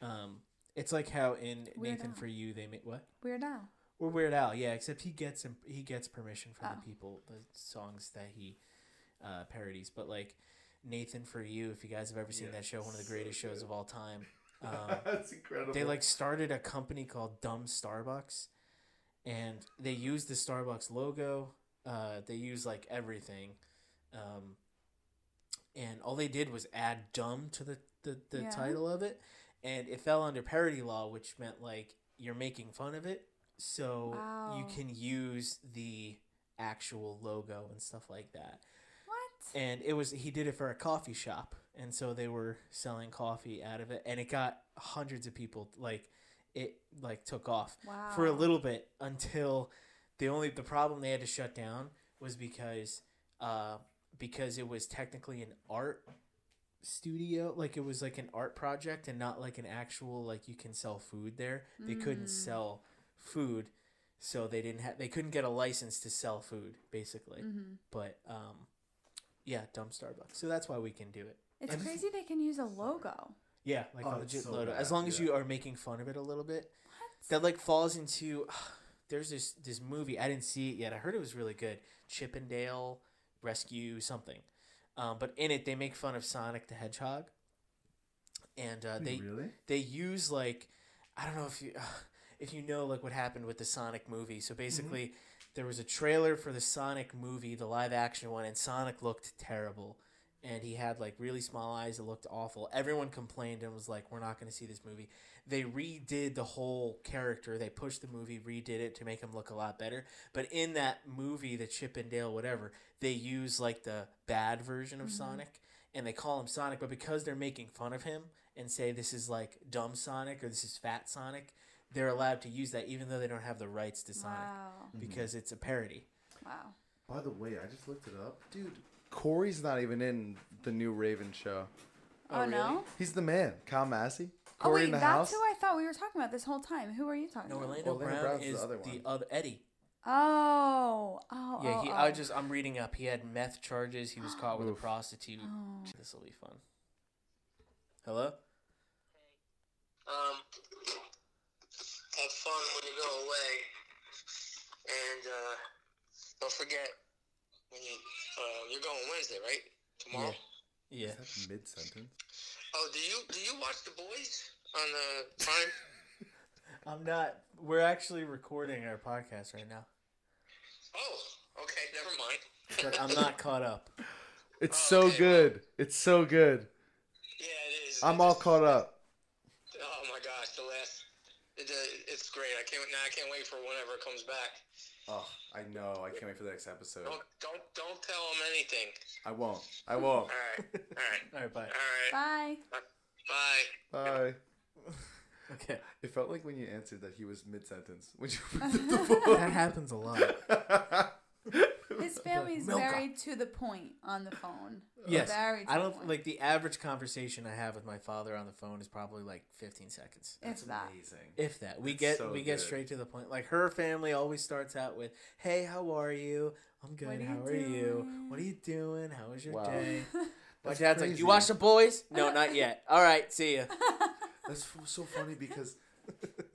Um, it's like how in Weird Nathan Al. for You they make what. Weird Al. Or Weird Al, yeah. Except he gets him, he gets permission from Oh. the people, the songs that he uh, parodies. But like Nathan for You, if you guys have ever seen Yeah, that show, one of the so greatest shows good. of all [LAUGHS] time. Um, That's incredible. they like started a company called Dumb Starbucks, and they used the Starbucks logo. Uh, they used like everything, um, and all they did was add "dumb" to the the, the Yeah. title of it, and it fell under parody law, which meant like you're making fun of it, so you Wow. can use the actual logo and stuff like that What? and it was he did it for a coffee shop and so they were selling coffee out of it and it got hundreds of people like it like took off Wow. for a little bit until the only the problem they had to shut down was because uh because it was technically an art studio like it was like an art project and not like an actual like you can sell food there they couldn't Mm. sell food so they didn't have they couldn't get a license to sell food basically Mhm. but um yeah dumb starbucks so that's why we can do it It's I'm- crazy they can use a logo. yeah like Oh, a it's legit so logo bad, as long as yeah. you are making fun of it a little bit What? that like falls into [SIGHS] there's this this movie i didn't see it yet i heard it was really good chippendale rescue something um, but in it they make fun of sonic the hedgehog and uh, they really? they use like I don't know if you [SIGHS] if you know like what happened with the Sonic movie. So basically, there was a trailer for the Sonic movie, the live action one, and Sonic looked terrible. And he had like really small eyes. It looked awful. Everyone complained and was like, "We're not going to see this movie." They redid the whole character. They pushed the movie, redid it to make him look a lot better. But in that movie, the Chip and Dale whatever, they use like the bad version of Mhm. Sonic, and they call him Sonic. But because they're making fun of him, and say this is like dumb Sonic or this is fat Sonic, they're allowed to use that even though they don't have the rights to Sonic Wow. because it's a parody. Wow. By the way, I just looked it up, dude. Corey's not even in the new Raven show. Oh, Oh, really? no. He's the man, Kyle Massey. Oh Corey wait, in the that's house. who I thought we were talking about this whole time. Who are you talking No, about? Orlando, Orlando Brown Brown's the is the other other, one. Eddie. Oh. Oh. yeah, oh, he, oh. I just I'm reading up. He had meth charges. He [GASPS] was caught with a Oof. prostitute. Oh. This will be fun. Hello. Um, have fun when you go away, and uh, don't forget when you uh, you're going Wednesday, right? Tomorrow. Yeah. Is that mid sentence? Oh, do you do you watch The Boys on the Prime? I'm not. We're actually recording our podcast right now. Oh, okay, never mind. But I'm not caught up. It's Oh, so okay. good. It's so good. Yeah, it is. I'm all caught up. Oh my gosh, the last. It, uh, it's great. I can't. Now I can't wait for whenever it comes back. Oh, I know. I can't wait for the next episode. Don't don't don't tell him anything. I won't. I [LAUGHS] won't. All right. All right. All right, bye. All right. Bye. Bye. Bye. Okay. It felt like when you answered that he was mid sentence when you picked up the That [LAUGHS] happens a lot. phone. His family's Milka. very to the point on the phone. Yes. Very to I the don't point. like the average conversation I have with my father on the phone is probably like 15 seconds. If that. amazing. If that. We That's get so we get good. straight to the point. Like her family always starts out with, "Hey, how are you? I'm good. What are how you are you? What are doing?" you doing? How was your Wow. day?" My That's dad's like, crazy. "You watch the boys?" No, [LAUGHS] not yet. All right, see ya. That's f- so funny because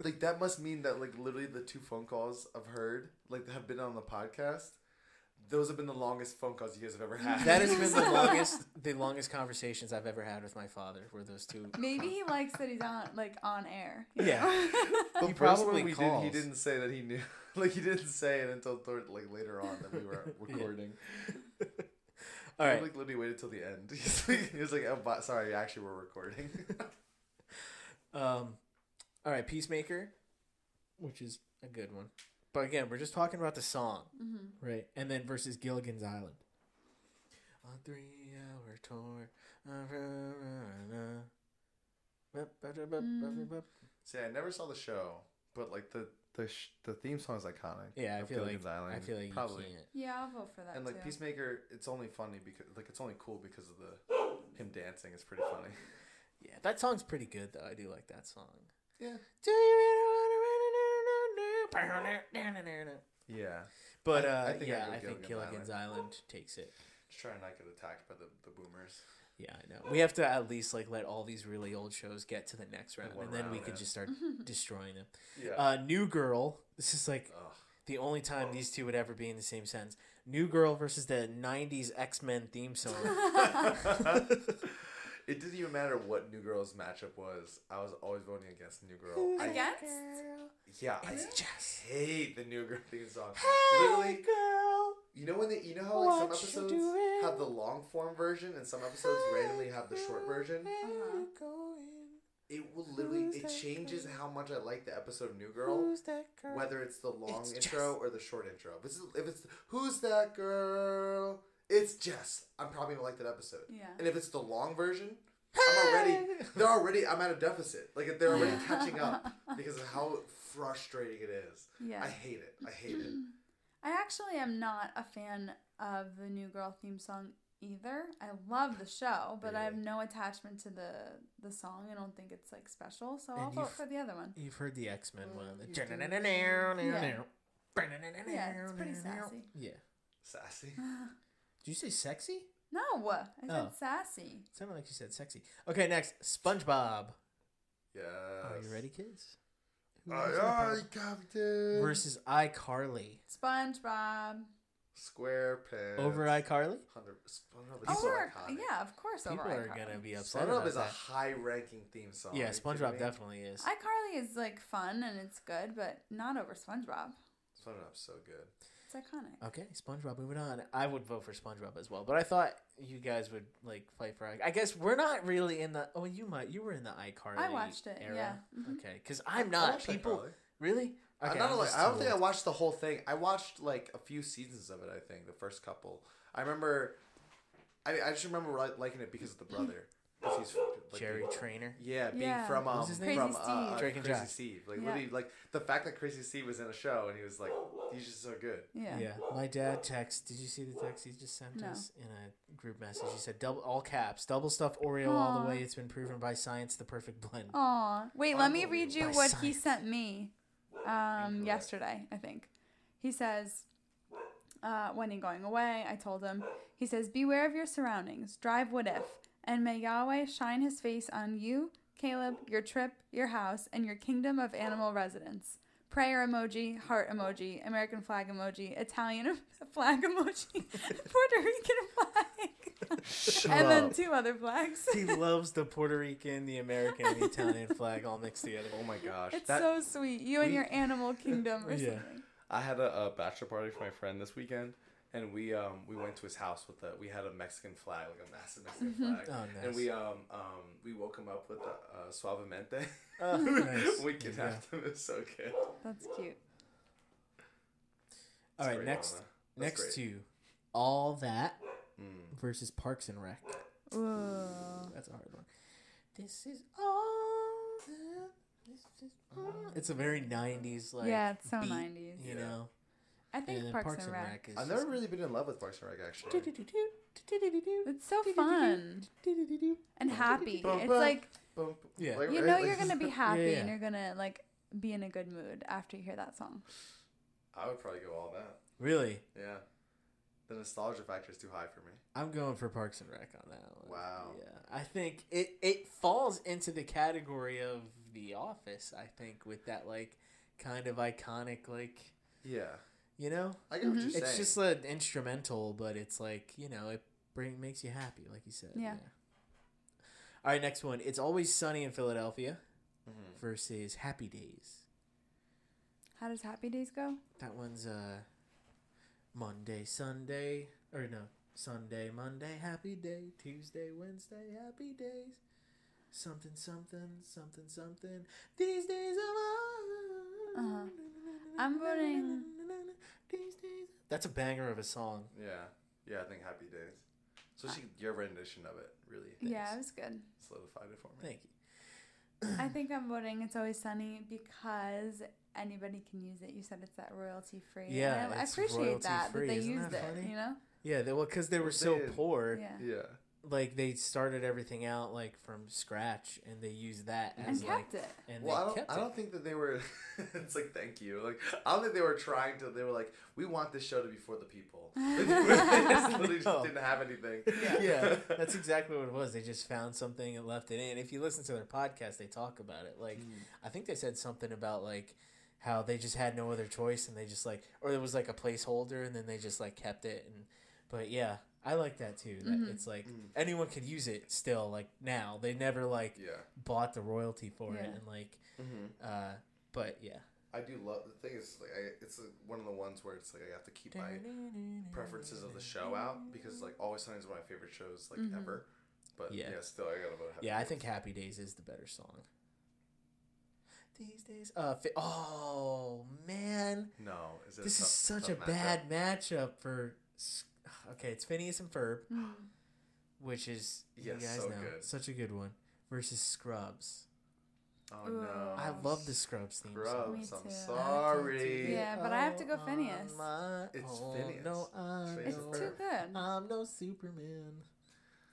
like that must mean that like literally the two phone calls I've heard like that have been on the podcast, those have been the longest phone calls you guys have ever had. [LAUGHS] That has been [LAUGHS] the longest [LAUGHS] the longest conversations I've ever had with my father were those [LAUGHS] two. Maybe he likes that he's on like on air. Yeah. [LAUGHS] The He first probably one we did. calls. He didn't say that he knew. [LAUGHS] Like he didn't say it until th- like later on that we [LAUGHS] were recording. All He, right. Like literally waited till the end. [LAUGHS] He's like, he was like, oh, but, sorry, actually we're recording. [LAUGHS] Um, all right, Peacemaker, which is a good one. But again, we're just talking about the song, Mm-hmm. right? And then versus Gilligan's Island. On three hour tour. Uh, Mm. See, I never saw the show, but like the the sh- the theme song is iconic. Yeah, I of feel like Gilligan's Island, I feel like probably. you can't. Yeah, I'll vote for that And too. like Peacemaker, it's only funny because like it's only cool because of the him dancing is pretty funny. [LAUGHS] Yeah, that song's pretty good though. I do like that song. Yeah. Do you really wanna run it? Yeah. But I- uh, I think I'd yeah, go I think Gilligan's Gilligan's Island takes it. Just trying not to get attacked by the, the boomers. Yeah, I know. We have to at least like let all these really old shows get to the next round, one and then we round, could yeah. just start destroying them. Yeah. Uh, New Girl. This is like Ugh. the only Oh. time these two would ever be in the same sentence. New Girl versus the '90s X Men theme song. [LAUGHS] it didn't even matter what New Girl's matchup was. I was always voting against New Girl. I, Against? yeah, I It's just hate the New Girl theme song. Hey Literally, Girl. you know when they, you know how like some What you episodes doing? have the long form version and some episodes randomly have the short version. Uh-huh. Where you going? It will literally Who's it that changes girl? how much I like the episode of New Girl, Who's that girl? whether it's the long It's intro Jess. or the short intro. If it's, if it's who's that girl, it's Jess. I'm probably gonna like that episode. yeah. And if it's the long version, I'm already they're already I'm at a deficit. Like they're already catching [LAUGHS] [LAUGHS] up because of how frustrating it is. Yeah. I hate it. I hate it. [CLEARS THROAT] I actually am not a fan of the New Girl theme song either. I love the show, but I have Really? no attachment to the the song. I don't think it's like special, so I'll And you vote f- for the other one. You've heard the X Men one. the Yeah. Yeah, Yeah, it's pretty sassy. Yeah. Sassy. Did you say sexy? [LAUGHS] No, I said Oh. sassy. Sounded like you said sexy. Okay, next SpongeBob. Yes. Are you ready, kids? Who Aye, lives in a aye, pod- Captain. versus iCarly. SpongeBob. SquarePants. Over iCarly? Hundred. SpongeBob is Oh, so we're, iconic. yeah, of course. People over are iCarly. gonna be upset. SpongeBob about is a that. high-ranking theme song. Are Yeah, you SpongeBob kidding me? definitely is. iCarly is like fun and it's good, but not over SpongeBob. SpongeBob's so good. It's iconic. Okay, SpongeBob. Moving on. I would vote for SpongeBob as well, but I thought you guys would like fight for. I, I guess we're not really in the. Oh, you might. You were in the iCarly. I watched it. Era. Yeah. Mhm. Okay, because I'm I not watched people. iCarly. Really? I'm Okay, not I'm like, just I don't too think I old. watched the whole thing. I watched like a few seasons of it. I think the first couple. I remember. I mean, I just remember li- liking it because of the brother. 'Cause he's, like, Jerry being- Trainer. Yeah, being Yeah. from um, was his from name? uh, Crazy uh, Drake and Crazy Josh. Steve. Like Yeah. literally, like the fact that Crazy Steve was in a show and he was like, he's just so good. Yeah. Yeah. My dad text. Did you see the text he just sent No. us in a group message? He said double all caps, double stuff Oreo all Aw. the way. It's been proven by science the perfect blend. Aw. Wait, let me read you By what he science. sent me um, Incorrect. yesterday, I think. He says, uh, when he going away, I told him, he says, beware of your surroundings, drive what if, and may Yahweh shine his face on you, Caleb, your trip, your house, and your kingdom of animal residents. Prayer emoji, heart emoji, American flag emoji, Italian [LAUGHS] flag emoji, [LAUGHS] Puerto Rican flag, Shut and then two other flags. [LAUGHS] he loves the Puerto Rican, the American, and the Italian flag all mixed together. oh my gosh, It's that so sweet. You and we- your animal kingdom [LAUGHS] or Yeah. something. I had a, a bachelor party for my friend this weekend, and we um we went to his house with a we had a Mexican flag, like a massive Mexican Mm-hmm. flag, Oh, nice. and we um um we woke him up with a uh, suavemente. [LAUGHS] Oh, nice. we Yeah. kidnapped him. It was so good. That's cute. All right, great, next Mona. That's next great. two, all that Mm. versus Parks and Rec. Ooh. That's a hard one. This is all that It's a very '90s like. Yeah, it's so beat, 90s. You Yeah. know, I think and then Parks, and Rec. is I've never really been in love with Parks and Rec actually. It's so fun and happy. Bum, It's bum. like Bum, bum. Yeah. Like- you know like- you're [LAUGHS] gonna be happy [LAUGHS] yeah. and you're gonna like be in a good mood after you hear that song. I would probably go all that. really. Yeah. The nostalgia factor is too high for me. I'm going for Parks and Rec on that one. Wow. Yeah, I think it it falls into the category of The Office. I think with that like kind of iconic like Yeah. you know I Mm-hmm. get what you're saying. it's just an instrumental, but it's like you know it bring makes you happy, like you said. Yeah. All right, next one. It's always sunny in Philadelphia Mhm. versus Happy Days. How does Happy Days go? That one's uh Monday, Sunday, or no, Sunday, Monday, happy day, Tuesday, Wednesday, happy days. Something, something, something, something. These days I'm Uh-huh. I'm voting- These days. That's a banger of a song. Yeah. Yeah, I think Happy Days. Especially your rendition of it really Uh. Yeah, Thanks. it was good. solidified it for me. Thank you. I think I'm voting It's Always Sunny because anybody can use it. You said it's that royalty free. and Yeah, I, I it's appreciate that royalty-free. that they Isn't used that it. funny? You know? Yeah, they, well, because they were They so did. poor, Yeah. Yeah. like they started everything out like from scratch, and they used that as And like, kept it. and Well, I they don't, kept I don't it. think that they were. [LAUGHS] it's like thank you. Like I don't think they were trying to. They were like, we want this show to be for the [LAUGHS] people. [LAUGHS] Like, they just literally just No. didn't have anything. [LAUGHS] yeah, [LAUGHS] that's exactly what it was. They just found something and left it in. If you listen to their podcast, they talk about it. Mm. Like, I think they said something about like how they just had no other choice and they just like, or there was like a placeholder and then they just like kept it. And but yeah, I like that too. That Mhm. it's like Mm. anyone could use it still. Like now, they never like Yeah. bought the royalty for it Yeah. and like, Mm-hmm. uh, but yeah. I do love the thing is like I, it's like, one of the ones where it's like I have to keep my preferences of the show out because like Always Sunny is one of my favorite shows like Mhm. ever. But yeah. Yeah. still I gotta vote. Happy Yeah, I Days. think Happy Days is the better song. These days, uh, fi- oh man, No, is it this tough- is such a tough matchup? bad matchup for. s- Okay, it's Phineas and Ferb, Mm. which is Yes, you guys so know good. such a good one versus Scrubs. Oh Ooh. no! I love the Scrubs theme. song. Me Scrubs. I'm too. sorry. Yeah, but I have to go Phineas. It's It's Phineas. Phineas. No, I Phineas It's and know. too Ferb. good. I'm no Superman.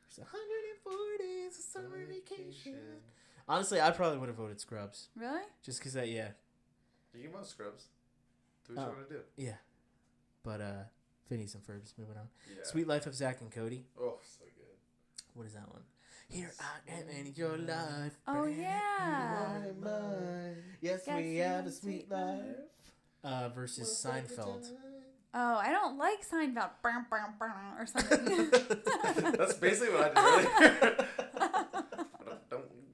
There's 104 days of summer vacation. Honestly, I probably would have voted Scrubs Really? just because that, yeah, You can vote Scrubs. Do what Oh. you want to do. yeah. But uh, Phineas and Ferb's moving on. Yeah. Sweet Life of Zach and Cody. Oh, so good. What is that one? Here I am in your life. Oh, brand new yeah. life, mine. Yes, Yes, we we have have a a sweet sweet life. life. Uh, versus Seinfeld. Oh, I don't like Seinfeld. [LAUGHS] Brum, brum, brum, [LAUGHS] Or something. [LAUGHS] [LAUGHS] That's basically what I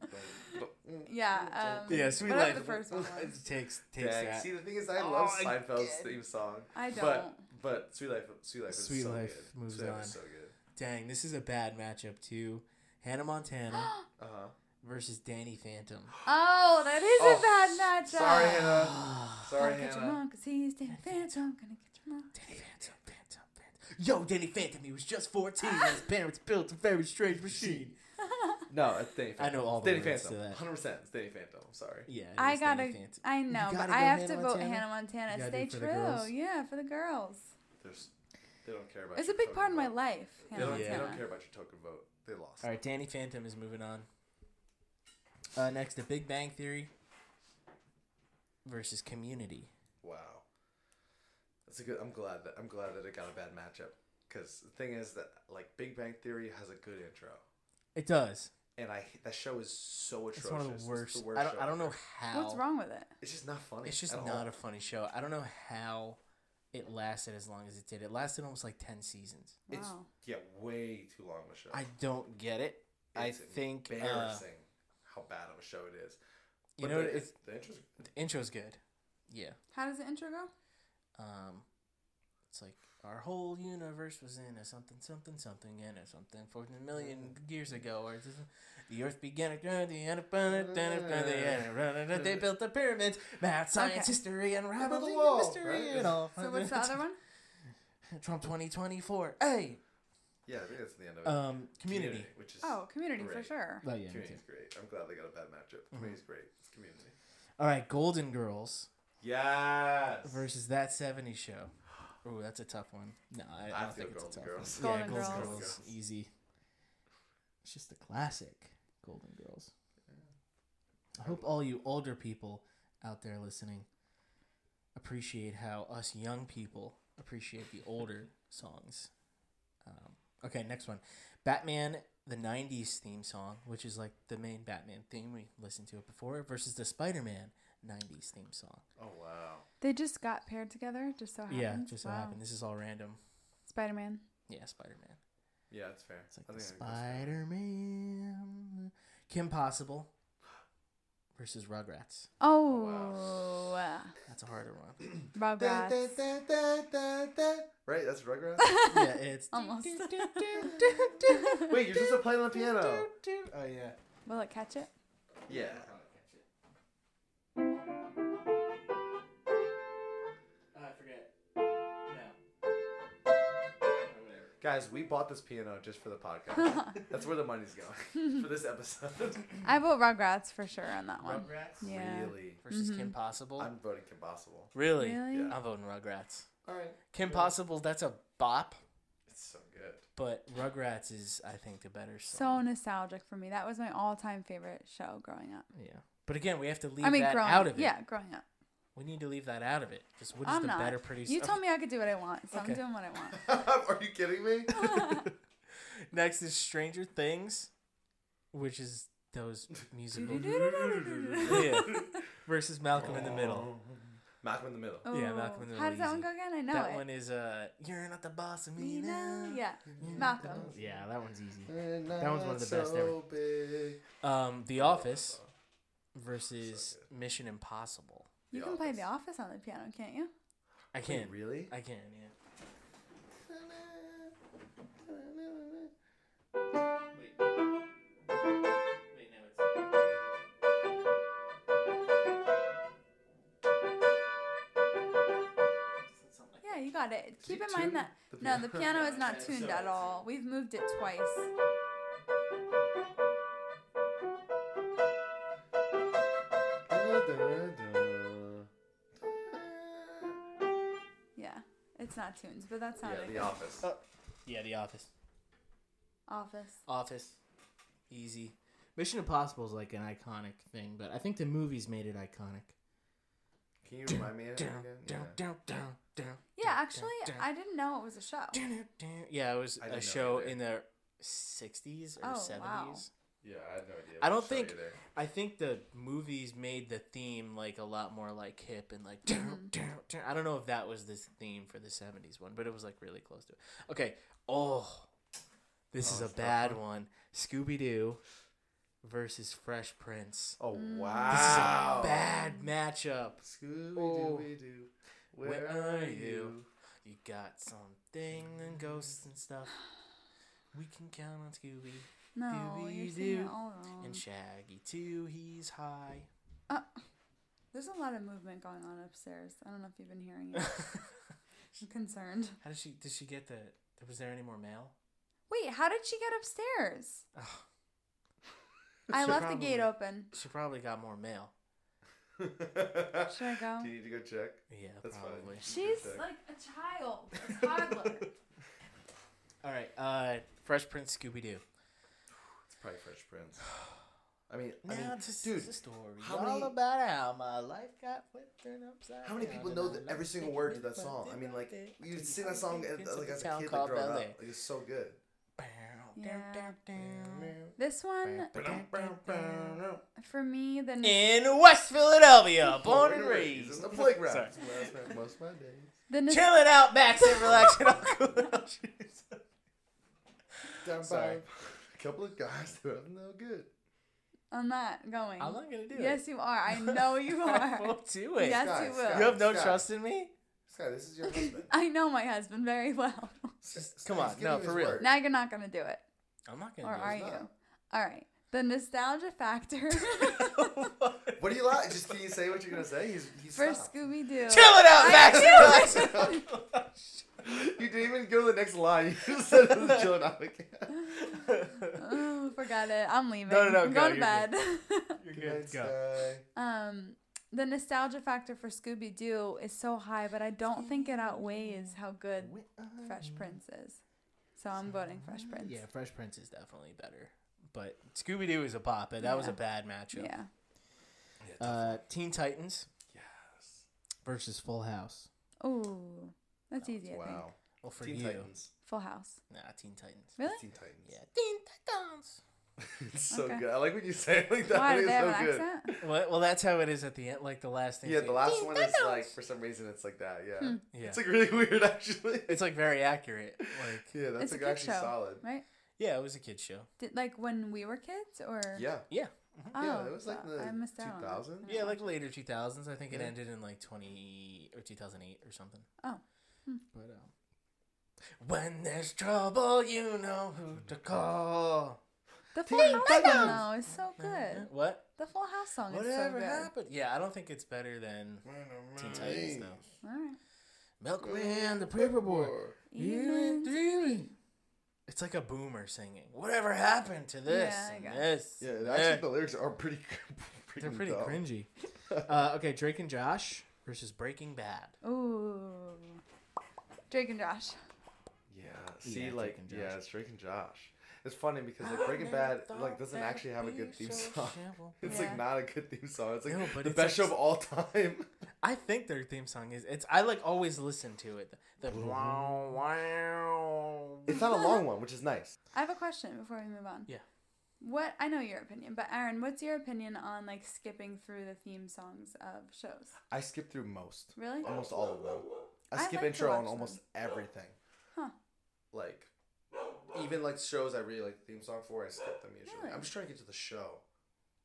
did. yeah. Um, Yeah, Sweet whatever Life. the first one was. [LAUGHS] It takes takes Dang. that. See, the thing is, I Oh, love I Seinfeld's did. theme song, I don't. but but Sweet Life, Sweet Life is Sweet so Life good. moves Sweet Life on. is so good. Dang, this is a bad matchup too. Hannah Montana [GASPS] Uh huh. versus Danny Phantom. [GASPS] oh, that is Oh, a bad matchup. Sorry, Hannah. [SIGHS] Sorry, Gotta get your Hannah. mom, 'cause he's Danny Phantom. Gonna get your mom. Danny Phantom, Phantom, Phantom. Yo, Danny Phantom, he was just 14 and [GASPS] his parents built a very strange machine. No, it's Danny Phantom. know all It's the Danny words Phantom. to that. 100%. It's Danny Phantom. I'm sorry. Yeah, it I is gotta. Danny Phantom. [LAUGHS] I know, You but gotta I go have Hannah to vote Montana. Hannah You Montana. gotta Stay do it for true. the girls. yeah, for the girls. There's, they don't care about It's a your big token part of my vote. life. They Hannah Yeah. don't, they Montana. don't care about your token vote. They lost. All right, Danny Phantom is moving on. Uh, next, The Big Bang Theory versus Community. Wow. That's a good. I'm glad that I'm glad that it got a bad matchup. Because the thing is that like Big Bang Theory has a good intro, It does. and I that show is so atrocious. It's one of the worst. worst I don't. show I don't know ever. how. What's wrong with it? It's just not funny. It's just at all. not a funny show. I don't know how it lasted as long as it did. It lasted almost like ten seasons. It's Wow. yeah, way too long of a show. I don't get it. I It's think uh, embarrassing how bad of a show it is. you But know the, it's the intro's the intro's good. Yeah. How does the intro go? Um, it's like our whole universe was in a something, something, something, and a something fourteen million Mm. years ago, or just- the Earth began a journey, and a planet, then a planet, and a planet. they built the pyramids, math, science, Mm. Okay. history, and the rivaling wall, mystery, right? and all. So what's the [LAUGHS] other one? Trump twenty twenty four. Hey, yeah, I think that's the end of it. um, community. which is Oh, community for Great. sure. Oh yeah, me too. Mm-hmm. Community's great. I'm glad they got a bad matchup. Community's great. It's community. All right, Golden Girls Yes. versus that '70s show. Ooh, that's a tough one. No, I, I I don't feel think it's a Golden tough one. Girls. Golden yeah, Golden Girls. Girls, easy. It's just a classic. Golden Girls. I hope all you older people out there listening appreciate how us young people appreciate the older songs. Um, okay, next one. Batman, the 90s theme song, which is like the main Batman theme. We listened to it before, versus the Spider Man 90s theme song. Oh wow. They just got paired together. Just so happens. Yeah, just so happened. This is all random. Spider Man. Yeah, Spider Man. Yeah, that's fair. It's like I the think I can Spider Man. Kim Possible versus Rugrats. Oh, That's a harder [LAUGHS] one. go Rugrats. with that. Da, da, da, da, da. Right, that's [LAUGHS] Rugrats. yeah, it's. Almost. [LAUGHS] Wait, you're supposed to play it on the piano. Oh, yeah. Will it catch it? [LAUGHS] Yeah. I forget. Guys, we bought this piano just for the [LAUGHS] podcast. That's where the money's going [LAUGHS] for this episode. I vote Rugrats for sure on that one. Rugrats [LAUGHS] Yeah. Really? versus Mm-hmm. Kim Possible. I'm voting Combustible. really? Really? Yeah. I'm voting Rugrats. All right. Kim Possible, that's a bop, It's so good. [LAUGHS] but Rugrats is, I think, the better song. So nostalgic for me. That was my all-time favorite show growing up. yeah. But again, we have to leave I mean, that growing out of it. Yeah, growing up. We need to leave that out of it. Because what is I'm the not. better pretty you song? told me I could do what I want, so Okay. I'm doing what I want. [LAUGHS] Are you kidding me? [LAUGHS] Next is Stranger Things, which is those musical [LAUGHS] yeah. versus Malcolm in the Middle. Oh. Malcolm in the Middle. Yeah, Ooh. Malcolm in the Oh, How does that one Middle, go again? I know That it. one is uh, you're not the boss of me You now. Mm. know? Yeah, Malcolm. Yeah, that one's easy. That one's one of the best ever. Big. Um, The Office versus So Mission Impossible. You The can play Office. The Office on the piano, can't you? I can. really? I can. Yeah. Yeah, you got it. Keep it in mind tuned? that The no, the piano? piano [LAUGHS] is not tuned at all. We've moved it twice. Yeah, it's not tuned, but that's not Yeah, it. The Office. Yeah, The Office. Office. Office. Easy. Mission Impossible is like an iconic thing, but I think the movies made it iconic. Can you remind me of it again? Down, Yeah. down, down, down, down. Yeah, actually, I didn't know it was a show. Yeah, it was I a didn't know show either. in the 60s or Oh, 70s. wow. Yeah, I had no idea. I what don't show think- either. I think the movies made the theme like a lot more like hip and like down, Mm-hmm. down, down. I don't know if that was this theme for the 70s one, but it was like really close to it. Okay. Oh. This Oh, is a it's a tough bad one. Scooby Doo versus Fresh Prince. Oh Mm. This is wow. a bad matchup. Scooby Oh. Dooby Doo. Where, Where are are you? You got something and ghosts and stuff. We can count on Scooby No, Dooby you're saying it doo. all wrong. and Shaggy too. He's [LAUGHS] high. There's a lot of movement going on upstairs. I don't know if you've been [LAUGHS] hearing it. I'm concerned. How did she? Did she get the? Was there any more mail? Wait, how did she get [SIGHS] upstairs? Ugh. I She left the probably- gate open. She probably got more mail. [LAUGHS] Should I go? Do you need to go check? Yeah, That's fine. probably. She's Perfect. like a child, [LAUGHS] [LAUGHS] a toddler. All right. Uh, Fresh Prince, Scooby Doo. It's probably Fresh Prince. I mean, I Now mean, this dude, is a story how all many- about how my life got flipped and upside how many down people and know I that every lost single it word to with that my song? I big mean, like dick. you Did sing that you song think as, it's like a as a town kid, like called growing up. Bel-Air? Like, it's so good. Yeah. Down, This one, down, down, down. for me, the n- In West Philadelphia, [LAUGHS] born and in raised. the playground. Sorry. Last night, most of my days. the n- Chilling out, max and relaxing. [LAUGHS] all cool and all shoes. Down Sorry. by a couple of guys who have no good. I'm not [LAUGHS] going. I'm not gonna do yes, it. you are. [LAUGHS] I know you I are. won't do it. Yes, Sky, you Sky. will. You have no Scott. trust in me? Sky, this is [LAUGHS] your husband. I know my husband very well. [LAUGHS] Sky, come on, he's no, giving for his real. word. now you're not gonna do it, I'm not or are gonna you? not. All right. The nostalgia [LAUGHS] factor do [LAUGHS] it. What do you like? Just can you say what you're gonna say? He's he's for stopped. [LAUGHS] Scooby Doo. Chilling out, max and [LAUGHS] relaxing. all cool You didn't even go to the next line. [LAUGHS] You just said it [LAUGHS] was chilling out again. and all shoes. Oh, forgot it. I'm leaving. No, no, no, I'm go, going to [LAUGHS] you're bed. [LAUGHS] You're Good night, Sky. um, the nostalgia factor for Scooby Doo is so high, but I don't think it outweighs how good Fresh Prince is. So I'm voting Fresh Prince. Yeah, Fresh Prince is definitely better. But Scooby Doo is a pop, but that was a Yeah. bad matchup. Yeah. Uh, Teen Titans Yes. versus Full House. Ooh, that's easy. I think. Wow. Well, for Teen you, Titans. Full House. nah, Teen Titans. Really? [LAUGHS] Teen Titans. Yeah, Teen Titans. [LAUGHS] It's so Okay. good. I like when you say it like that. Why I do think they it's have so an good. accent? Well, well, that's how it is at the end, like the last thing. Yeah, the last one is like for some reason it's like that. Yeah, Hmm. Yeah, it's like really [LAUGHS] weird actually. it's like very accurate. Like, yeah, that's It's a like kid actually show. solid. Right? yeah, it was a kid show. Did, like when we were kids, or Yeah, Yeah, Oh, yeah, it was like wow, the I missed out on that. 2000. yeah, like later two thousands. I think it Yeah. ended in like twenty or two thousand eight or something. Oh. But um, when there's trouble, you know who to call. The Full Teen House Titans! song though is so good. [LAUGHS] What? The Full House song is so Whatever good. happened? Yeah, I don't think it's better than Teen Titans though. All right. Milkman, the paperboy. Even- It's like a boomer singing. Whatever happened to this Yeah, I and guess. this? Yeah, and and that." actually the lyrics are [LAUGHS] pretty. They're pretty dumb. cringy. [LAUGHS] uh, okay, Drake and Josh versus Breaking Bad. Ooh. Drake and Josh. Yeah, see, Yeah, Drake like and Josh. yeah, it's Drake and Josh. It's funny because like [GASPS] Breaking Bad like doesn't actually have a good theme song. [LAUGHS] It's Yeah. like not a good theme song. It's like No, but the it's, best like, show of all time. [LAUGHS] I think their theme song is. It's. I like always listen to it. The Mm-hmm. wow wow. [LAUGHS] It's not a long one, which is nice. I have a question before we move on. Yeah. What I know your opinion, but Aaron, what's your opinion on like skipping through the theme songs of shows? I skip through most. Really? Almost all of them. I I skip like to intro on watch almost them. everything. Huh. Like, even like shows I really like the theme song for, I skip them usually. Really? I'm just trying to get to the show.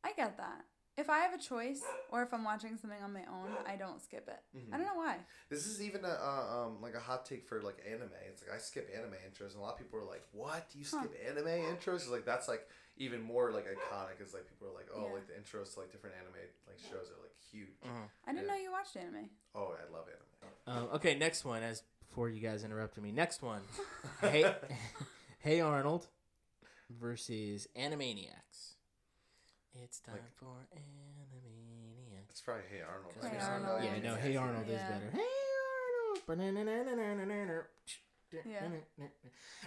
I get that. If I have a choice or if I'm watching something on my own, I don't skip it. Mm-hmm. I don't know why. This is even a uh, um like a hot take for like anime. It's like I skip anime intros, and a lot of people are like, "What? You skip anime intros?" It's like that's like even more like iconic. Is like people are like, "Oh, Yeah. like the intros to like different anime like shows are like huge." I didn't Yeah. know you watched anime. Oh, I love anime. Um, okay, next one. As before you guys interrupted me. Next one. hey, hey Arnold, versus Animaniacs. It's time Like- for Animaniacs. [LAUGHS] It's probably Hey Arnold. Cause right? Hey Or something Arnold. like Yeah, that. no, Hey Arnold is Yeah. better. Hey Arnold.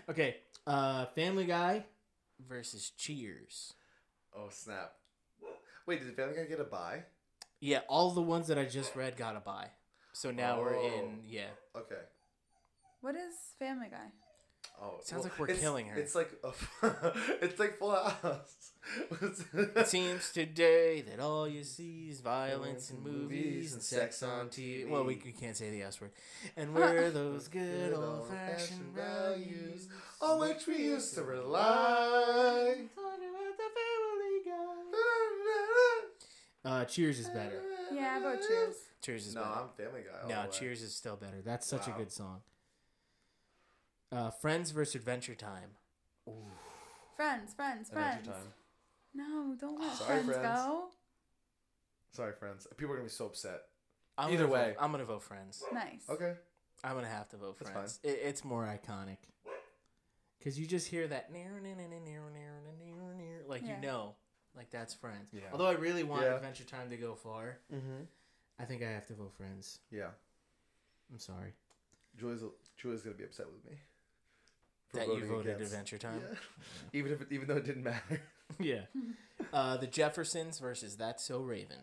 Okay, uh, Family Guy versus Cheers. Oh snap! Wait, did Family Guy get a buy? Yeah, all the ones that I just read got a buy. So now we're in. Oh. Yeah, Okay. What is Family Guy? Oh, Sounds like we're it's- killing her. It's like a, [LAUGHS] it's like Full House. it [LAUGHS] seems today that all you see is violence in movies and sex on TV. Well, we, we can't say the S word. And where those good Good old fashioned old-fashioned values values on which we used to rely. Talking about the Family Guy. Uh, Cheers is better. Yeah, I vote Cheers. Cheers is No, better. I'm Family Guy. all No, the way. Cheers is still better. That's such a Wow. good song. Uh, Friends versus Adventure Time. Friends, friends, Adventure friends. Time. No, don't let Sorry, friends, Friends. go. Sorry, friends. People are gonna be so upset. I'm Either gonna way. vote, I'm gonna vote Friends. Nice. Okay. I'm gonna have to vote That's Friends. It, it's more iconic. Cause you just hear that near near near near near near near like Yeah. you know, like that's Friends. Yeah. Although I really want Yeah. Adventure Time to go far, Mm-hmm. I think I have to vote Friends. Yeah. I'm sorry Julia's Julia's gonna be upset with me. for that you voting voted against. Adventure Time. Yeah. [LAUGHS] even if it, even though it didn't matter. [LAUGHS] [LAUGHS] Yeah. uh, the Jeffersons versus That's So Raven.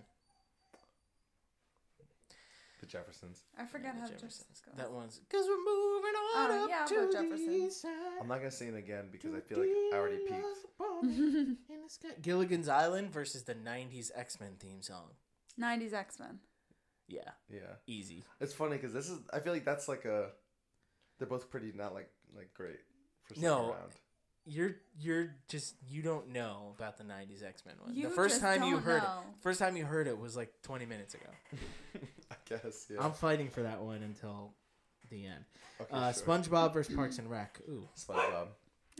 The Jeffersons. I forgot The how Jeffersons. Jeffersons go. That one's because we're moving on Oh, up yeah, I'll to vote the Jeffersons. east side. I'm not gonna sing it again because I feel like I already peaked. [LAUGHS] In the sky. Gilligan's Island versus the '90s X-Men theme song. 90s X Men. Yeah, Yeah. easy. It's funny because this is. I feel like that's like a. They're both pretty not like like great. For sticking No. around. You're you're just you don't know about the '90s X-Men one. You the first just time you don't heard know. it, first time you heard it was like 20 minutes ago. I guess. Yeah. I'm fighting for that one until the end. Okay, Uh, sure. SpongeBob versus Parks and Rec. Ooh, SpongeBob.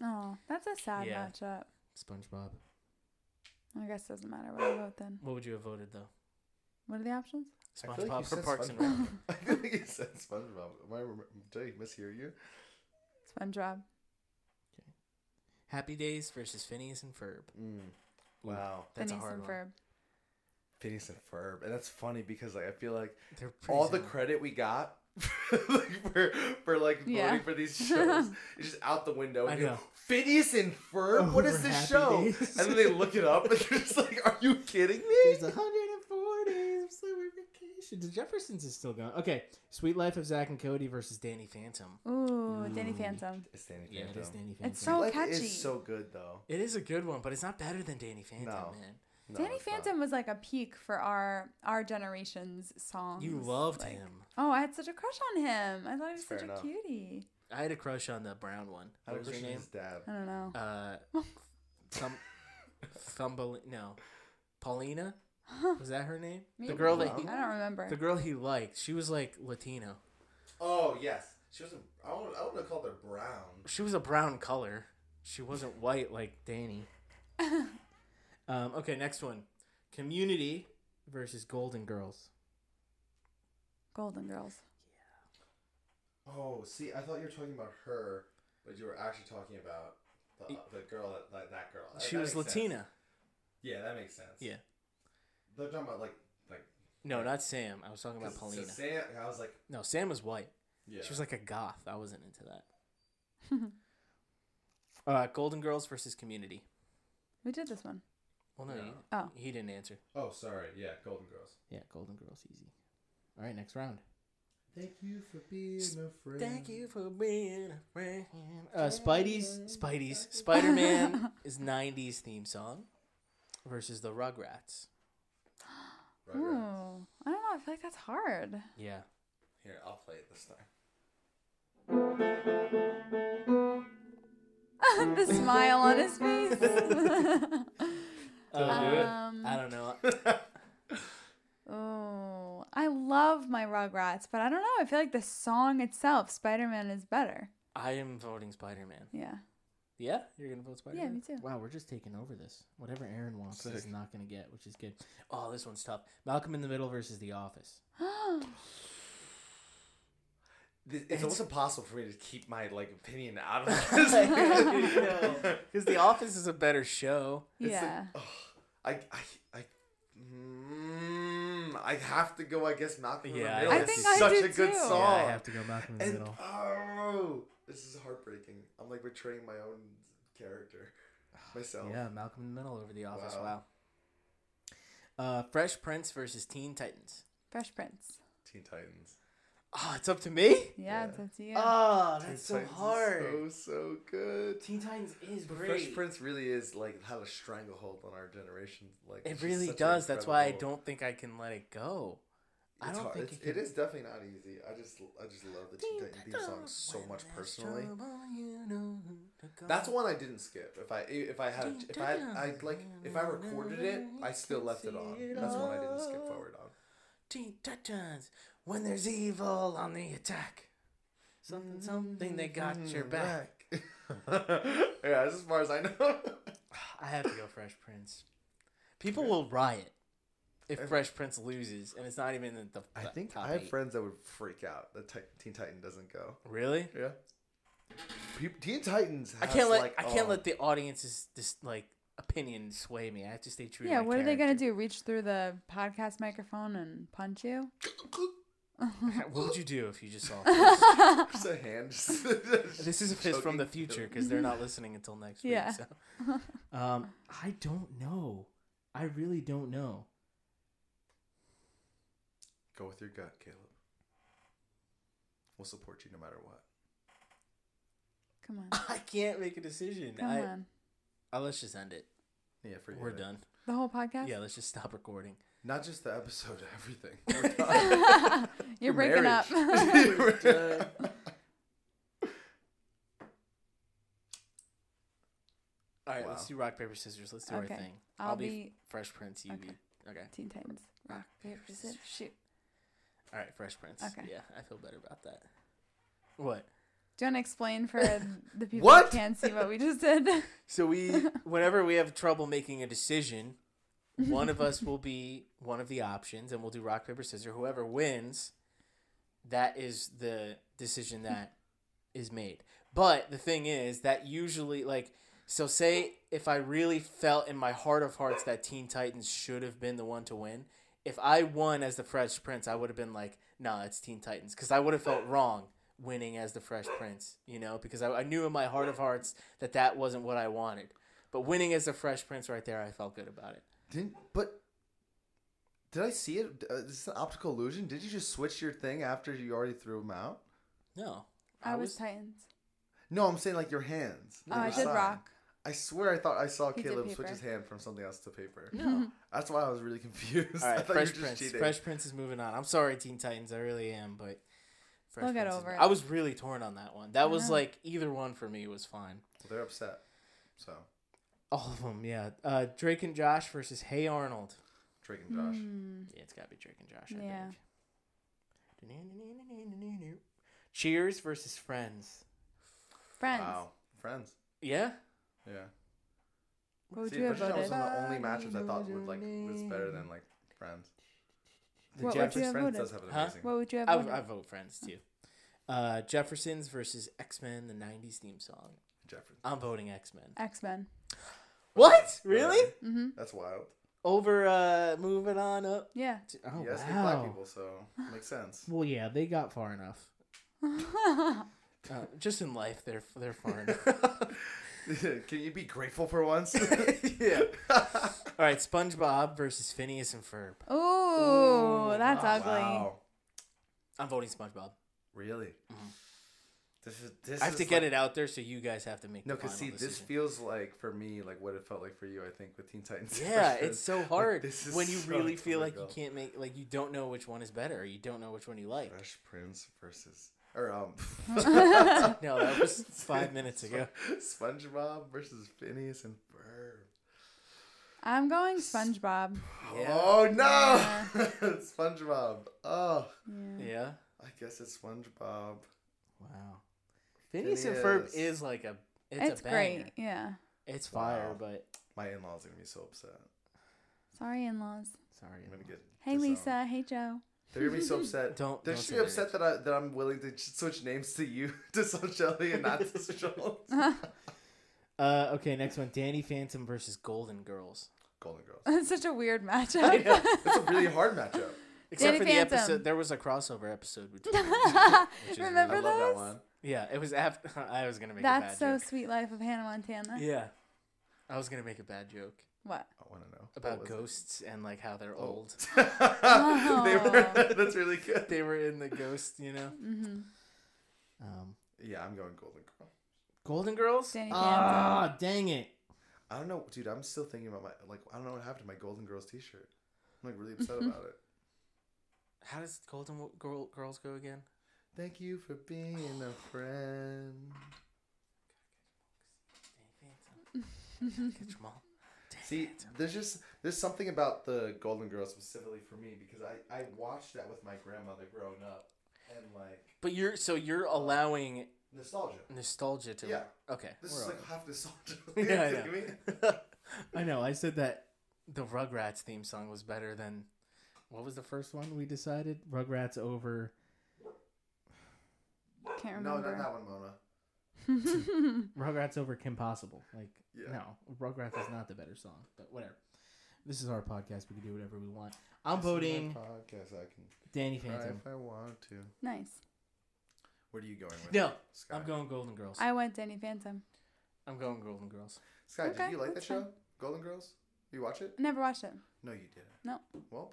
Oh, that's a sad Yeah. matchup. SpongeBob. I guess it doesn't matter what I vote then. What would you have voted though? What are the options? I feel SpongeBob like you or said Parks and Rec? SpongeBob. [LAUGHS] I feel like you said SpongeBob. Am I rem- did I mishear you? SpongeBob. Happy Days versus Phineas and Ferb. Mm. Wow. That's Phineas a hard and one. Ferb. Phineas and Ferb, and that's funny because like I feel like They're pretty all the similar. credit we got [LAUGHS] like, for for like voting Yeah. for [LAUGHS] these shows is just out the window. I And you go, know. Phineas and Ferb, Oh, what is we're this happy show? days. And then they look it up and [LAUGHS] they're just like, "Are you kidding There's me?" 104 days of summer vacation. The Jeffersons is still gone. Okay, Sweet Life of Zach and Cody versus Danny Phantom. Ooh, Danny Ooh. Phantom. It's Danny Yeah, it Phantom. is Danny Phantom. It's so Like, catchy. It's so good though. It is a good one, but it's not better than Danny Phantom, No. man. No, Danny it's not. Phantom was like a peak for our our generation's songs. You loved Like- him. Oh, I had such a crush on him. I thought he was Fair such enough. a cutie. I had a crush on the brown one. I What was was her Christian name? his dad. I don't know. Uh, Thumb, Thumbelina. No, Paulina. Was that her name? The Maybe. girl that Wow. he, I don't remember. the girl he liked. She was like Latino. Oh yes, she was. A, I don't. I would have called her brown. She was a brown color. She wasn't white like Danny. [LAUGHS] um, okay, next one. Community versus Golden Girls. Golden Girls. Oh, see, I thought you were talking about her, but you were actually talking about the, the girl, that, like that girl. That- She Oh, that was makes Latina. sense. Yeah, that makes sense. Yeah. They're talking about like like. No, not Sam. I was talking about 'cause- Paulina. So Sam, I was like, no, Sam was white. yeah. She was like a goth. I wasn't into that. uh, Golden Girls versus Community. We did this one. Well, no, Yeah. you- Oh. he didn't answer. oh, sorry. Yeah, Golden Girls. Yeah, Golden Girls, easy. All right, next round. Thank you for being a friend. Thank you for being a friend. Uh, Spidey's Spidey's Spider Man is '90s theme song versus the Rugrats. Rugrats. Hmm. Ooh. I don't know. I feel like that's hard. Yeah, Here, I'll play it [LAUGHS] this time. [LAUGHS] the smile on his face. um, Uh, I don't know. oh, I love my Rugrats, but I don't know. I feel like the song itself, Spider Man, is better. I am voting Spider Man. Yeah. [GASPS] Yeah, you're gonna vote Spider Man. me too. Wow, we're just taking over this. Whatever Aaron wants, that is Sick. not gonna get, which is good. Oh, this one's tough. Malcolm in the Middle versus The Office. It's, It's- almost impossible for me to keep my like opinion [LAUGHS] out of this. [LAUGHS] It's Because The Office is a better show. like, yeah. ugh, oh, I, I, I, mm, I have to go. I guess Malcolm. in the Yeah, I Middle. guess It's you- I think such I a do good too. Yeah, I [LAUGHS] Yeah, I song. have to go Malcolm in the and Middle. [LAUGHS] oh, this is heartbreaking. I'm like betraying my own [SIGHS] character, myself. Yeah, Malcolm in the Middle over The Office. Wow. Oh. Wow. Uh, Fresh Prince versus Teen Titans. Fresh Prince. Teen Oh, Titans. Ah, it's up to me. Yeah, Yeah. it's up to you. Oh, Teen that's so Titans is hard. So so good. Teen Titans is But great. Fresh Prince really is like had a stranglehold on our generation. Like it's It just really such an does. That's why I incredible- don't think I can let it go. I It's don't hard. think it's, it it can- is definitely not easy. I just I just love the Teen Titans theme song so much personally. That's one I didn't skip. If I if I had if I I like if I recorded it, I still left it on. That's one I didn't skip forward on. Teen Titans. When there's evil on the attack, something something they got your back. Mm-hmm. [LAUGHS] yeah, as far as I [LAUGHS] know. I have to go Fresh Prince. People will riot if Fresh Prince loses, and it's not even in the. I the think top I have eight. friends that would freak out that Ti- Teen Titan doesn't go. Really. Yeah. Pe- Teen Titans. I has, can't let like, I can't oh, let the audience's this like opinion sway me. I have to stay true. yeah, to my what are they going to character. do? Reach through the podcast microphone and punch you? [LAUGHS] what would you do if you just [LAUGHS] saw? this? [LAUGHS] Just a hand. [LAUGHS] just- this is a fist from the choking. future because they're not listening until next week. Yeah. So. [LAUGHS] Um, I don't know. I really don't know. Go with your gut, Caleb. We'll support you no matter what. Come on. [LAUGHS] I can't make a decision. Come I, on. Uh, let's just end it. Yeah, for We're done. The whole podcast? Yeah, let's just stop recording. [LAUGHS] [LAUGHS] Not just the episode, [LAUGHS] everything. We're done. [LAUGHS] You're breaking up. All right, Wow. let's do rock paper scissors. Let's do Okay. our thing. [LAUGHS] I'll be- Fresh Prince. You Okay. be okay. Teen Titans. Rock, paper, scissors, shoot. All right, Fresh Prince. Okay. Yeah, I feel better about that. What? Do you want to explain for the people What? who can't see what we just did? So we, whenever we have trouble making a decision, one of us will be one of the options, and we'll do rock paper scissors. Whoever wins, that is the decision that is made. But the thing is that usually, like, So say if I really felt in my heart of hearts that Teen Titans should have been the one to win. If I won as the Fresh Prince, I would have been like, nah, it's Teen Titans, because I would have felt wrong winning as the Fresh Prince, you know, because I, I knew in my heart of hearts that that wasn't what I wanted. But winning as the Fresh Prince right there, I felt good about it. Didn't but did I see it? Uh, Is this an optical illusion? Did you just switch your thing after you already threw them out? No, [LAUGHS] I, was, Titans. No, I'm saying like your hands. Oh, I your did side. rock. I swear I thought I saw He did Caleb switch paper. his hand from something else to paper. no. That's why I was really [LAUGHS] All confused. I right, [LAUGHS] Fresh thought you were just Prince. cheating. Fresh Prince is moving on. I'm sorry, Teen Titans. I really am, but Fresh We'll get Prince is- over it. I was really torn on that one. That was know. like either one for me was fine. Well, they're upset. So All of them, yeah. Uh, Drake and Josh versus Hey Arnold. Drake and Josh. Hmm. Yeah, it's gotta be Drake and Josh. I Yeah. think. Cheers versus Friends. Friends. Wow, friends. Yeah. Yeah. What would See, you have Fresh Prince was voted? one of the only matches I thought would like was better than like Friends. The What would Jeffersons you have Friends voted? does have an Huh? amazing. What would you have I, voted? I vote Friends too. Uh, Jeffersons versus X Men, the '90s theme song. Jefferson. I'm voting X Men. X Men. What? Really? Mm-hmm. That's wild. Over uh, moving on up. Yeah. [LAUGHS] To, oh yes, hate black wow. people, so makes sense. Well, yeah, they got far enough. Uh, just in life, they're they're [LAUGHS] far enough. [LAUGHS] Can you be grateful for [LAUGHS] once? [LAUGHS] yeah. All right, SpongeBob versus Phineas and Ferb. Ooh, Oh, that's ugly. Wow. I'm voting SpongeBob. Really? This is this. Mm-hmm. I have to is get like- it out there so you guys have to make No, the because final see, this decision. feels like for me, like what it felt like for you. I think with Teen [LAUGHS] Titans. yeah, Fresh it's so Prince. hard Like, this is when you so really feel like you difficult. can't make like you don't know which one is better or you don't know which one you like. Fresh Prince versus or um. No, that [LAUGHS] was [LAUGHS] five minutes ago. SpongeBob versus Phineas and Ferb. I'm going SpongeBob. Yeah, Oh no! Yeah. [LAUGHS] SpongeBob. Oh, Yeah. yeah. I guess it's SpongeBob. Wow, Phineas and Ferb Phineas. is like a it's, It's a banger. great. Yeah. It's fire, Wow. but My in-laws are gonna be so upset. Sorry, in laws. sorry, I'm gonna get. Hey, disowned. Lisa. Hey, Joe. [LAUGHS] They're gonna be so [LAUGHS] upset. Don't- They're don't just say gonna be their upset that I that I'm willing to ch- switch names to you [LAUGHS] to Shelly and not [LAUGHS] to Jones. Uh, okay, next one. Danny Phantom versus Golden Girls. Golden Girls. That's such a weird I know. matchup. That's a [LAUGHS] really [LAUGHS] [LAUGHS] hard matchup. Except Danny for the Phantom. episode, there was a crossover [LAUGHS] episode between. them, which is Remember I really- love that those? one. Yeah, it was after. [LAUGHS] I was gonna make That's a so bad sweet. Life of Hannah Montana. joke. Yeah, I was gonna make a bad joke What? I want to know about What was Oh. ghosts and like how they're [LAUGHS] old. it? they were. [LAUGHS] That's really good. They were in the ghost, you know. Mm-hmm. [LAUGHS] Um, Yeah, I'm going Golden Girl. Golden Girls. Danny ah, dang it! I don't know, dude. I'm still thinking about my like. I don't know what happened to my Golden Girls T-shirt. I'm like really upset about it. How does Golden Wo- Girl, Girls go again? Thank you for being a friend. Danny Phantom. Catch 'em all. Danny See, Phantom. there's just there's something about the Golden Girls specifically for me because I I watched that with my grandmother growing up and like but you're so you're allowing nostalgia. nostalgia to. Yeah. Okay. This we're is over. like half nostalgia. [LAUGHS] [LAUGHS] Yeah, I know. You know what I mean? [LAUGHS] I know. I said that the Rugrats theme song was better than what was the first one we decided? Rugrats over. Can't No, remember. not that one, Mona. Rugrats over Kim Possible. Like, Yeah. no, Rugrats is not the better song, but whatever. This is our podcast. We can do whatever we want. I'm voting Podcast. I can Danny cry Phantom. if I want to. [LAUGHS] nice. What are you going with? No, Sky. I'm going Golden Girls. I went Danny Phantom. I'm going Golden Girls. Sky, Okay, did you like that that's show, fine. Golden Girls? You watch it? Never watched it. No, you didn't. No. Well,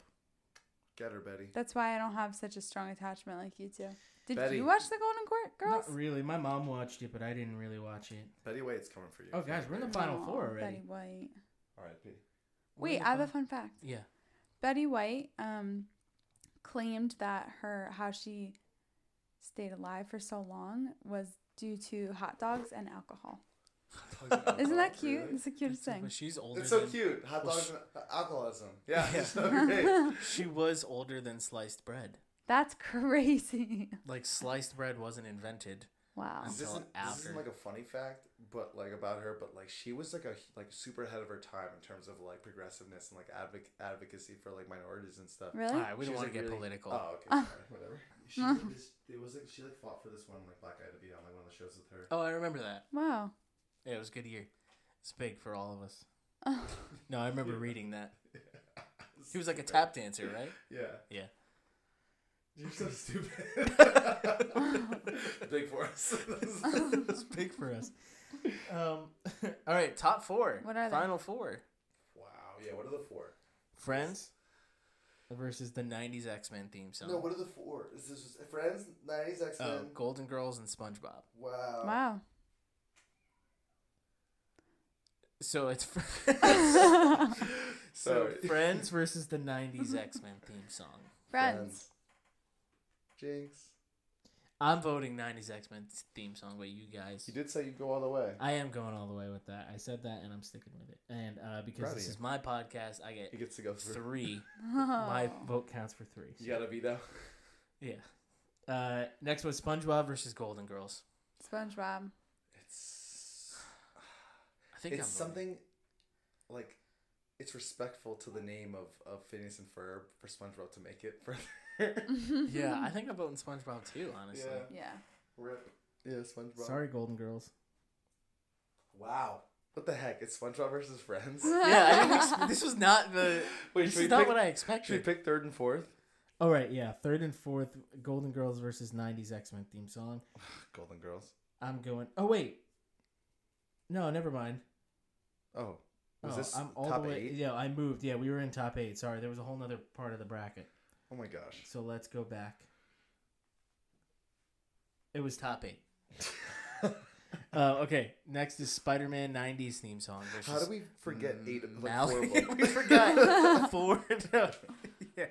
get her, Betty. That's why I don't have such a strong attachment like you two. Did Betty. you watch the Golden Court Girls? Not really. My mom watched it, but I didn't really watch it. Betty White's coming for you. Oh, guys, we're in the Betty. Final Aw, Four already. Betty White. All [LAUGHS] right, Betty. Wait, I have a fun fact. Yeah. Betty White um, claimed that her how she stayed alive for so long was due to hot dogs and alcohol. Isn't that cute? Really? It's the cutest thing. But she's older. It's so than- cute. Hot Well, dogs sh- and alcoholism. Yeah. Yeah. [LAUGHS] It's so [LAUGHS] great. She was older than sliced bread. That's [LAUGHS] crazy. Like sliced bread wasn't invented. Wow. This Until isn't, this after. isn't like a funny fact, but like about her, but like she was like a like super ahead of her time in terms of like progressiveness and like advoc- advocacy for like minorities and stuff. All Really? right, Ah, we She don't was, want like, to get really- political. Oh, okay, [LAUGHS] sorry, whatever. She did this, it was like she like fought for this one like black guy to be on like one of the shows with her. Oh, I remember Oh, that. Wow. [LAUGHS] Yeah, it was a good year. It's big for all of us. No, I remember reading that. He was like a tap dancer, [LAUGHS] right? Yeah. Yeah. [LAUGHS] You're so stupid. Uh, Big for us. it's big for us. Um, [LAUGHS] all right, top four. What are they? Final four. [LAUGHS] wow. Yeah. What are the four? Friends versus the '90s X-Men theme song. No, what are the four? Is this just Friends, 90s X Men? oh, Um, Golden Girls and SpongeBob. wow. [LAUGHS] Wow. So it's [LAUGHS] [LAUGHS] Friends. so Sorry. [LAUGHS] Friends versus the '90s X-Men theme song. Jinx. I'm voting '90s X-Men theme song, but you guys. You did say you'd go all the way. I am going all the way with that. I said that, and I'm sticking with it. And uh, because Proud of this you. is my podcast, I get He gets to go through. three. My [LAUGHS] Oh. vote counts for three. You got a veto. Yeah. Uh, next was SpongeBob versus Golden Girls. SpongeBob. It's I think it's I'm something like it's respectful to the name of of Phineas and Ferb for SpongeBob to make it further. [LAUGHS] Voting. Yeah, I think I'm voting SpongeBob too. Honestly. Yeah. Yeah. [LAUGHS] Rip. Yeah, SpongeBob. Sorry, Golden Girls. Wow. What the heck? It's SpongeBob [LAUGHS] versus Friends. Yeah, I didn't ex- this was not the. Wait, this should we is not pick- what I Should we expected. pick third and fourth? [SIGHS] All Oh, right, yeah, third and fourth, Golden Girls versus '90s X-Men theme song. Golden Girls. I'm going. Oh wait, no, never mind. Oh, was Oh, this I'm all top the way. eight? Yeah, I moved. Yeah, we were in top eight. Sorry, there was a whole nother part of the bracket. Oh my gosh. So let's go back. It was top [LAUGHS] eight. Uh, okay, next is Spider-Man '90s theme song. Versus How do we forget eight? Like, Mal- [LAUGHS] four of them? mm, we forgot [LAUGHS] four. No. Yeah.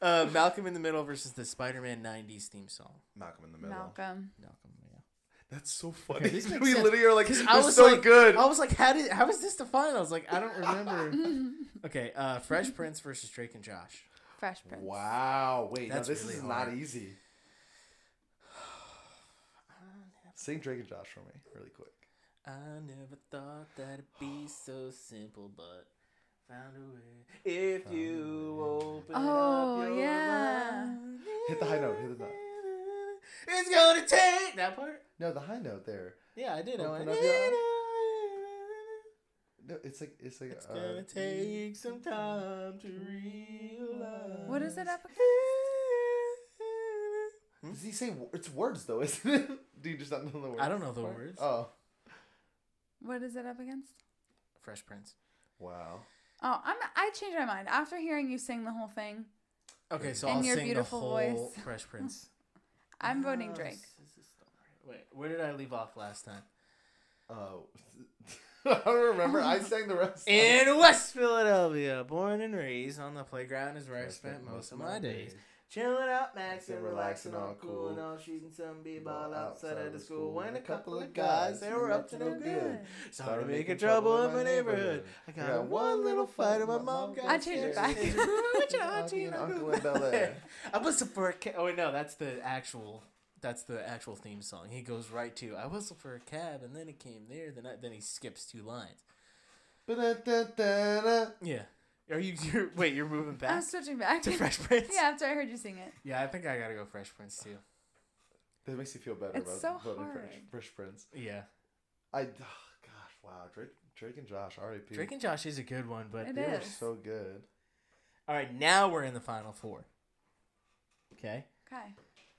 Uh, Malcolm in the Middle versus the Spider-Man '90s theme song. [LAUGHS] Malcolm in the middle. Malcolm. Malcolm, yeah. That's so funny. Okay, this makes [LAUGHS] we sense. literally are like, 'Cause this I was so like- good. I was like, how did how is this defined? I was like, I don't [LAUGHS] remember. okay, uh, Fresh Prince versus Drake and Josh. Fresh Prince. Wow. Wait, That's now this really is hard. not easy. Sing Drake and Josh for me, really quick. I never thought that'd be so simple, but found a way. If you open Oh, up your yeah. mind, Hit the high note, hit the note. It's gonna take that part. No, the high note there. Yeah, I did. I Open went, up your- No, it's like it's like. uh, It's gonna take some time to realize. What is it up Hmm? Does he say wo- it's words though? [LAUGHS] Isn't it? Do you just not know the words? I don't know the words. Oh. What is it up against? Fresh Prince. Wow. Oh, I'm I changed my mind after hearing you sing the whole thing. Okay, so In I'll your sing the beautiful whole voice. [LAUGHS] Fresh Prince. [LAUGHS] I'm voting Oh, Drake. this is the story. Wait, where did I leave off last time? Oh. [LAUGHS] I don't remember. I sang the [LAUGHS] rest. In West Philadelphia, born and raised on the playground is where I spent most of my days. Chilling out, maxing, relaxing, all cool, and all shooting some b-ball outside of the school. When a couple of guys, they were up to no good. Started making trouble in my neighborhood. I got in one little fight, and my mom got I changed [LAUGHS] it back. scared. With your Auntie and Uncle in in Bel Air. [LAUGHS] I whistle for a cab. Oh wait, no, that's the actual. That's the actual theme song. He goes right to I whistle for a cab, and then it came there. Then I, then he skips two lines. Ba-da-da-da-da. Yeah. Are you? You're, wait, you're moving back I'm switching [LAUGHS] back. to [LAUGHS] Fresh Prince. yeah, after I heard you sing it. Yeah, I think I gotta go Fresh Prince too. That makes you feel better It's about so voting hard. Fresh, Fresh Prince. Yeah. I, oh, gosh, wow. Drake, Drake and Josh, R.I.P. Drake and Josh is a good one, but It they were is. so good. all right, now we're in the final four. Okay. Okay.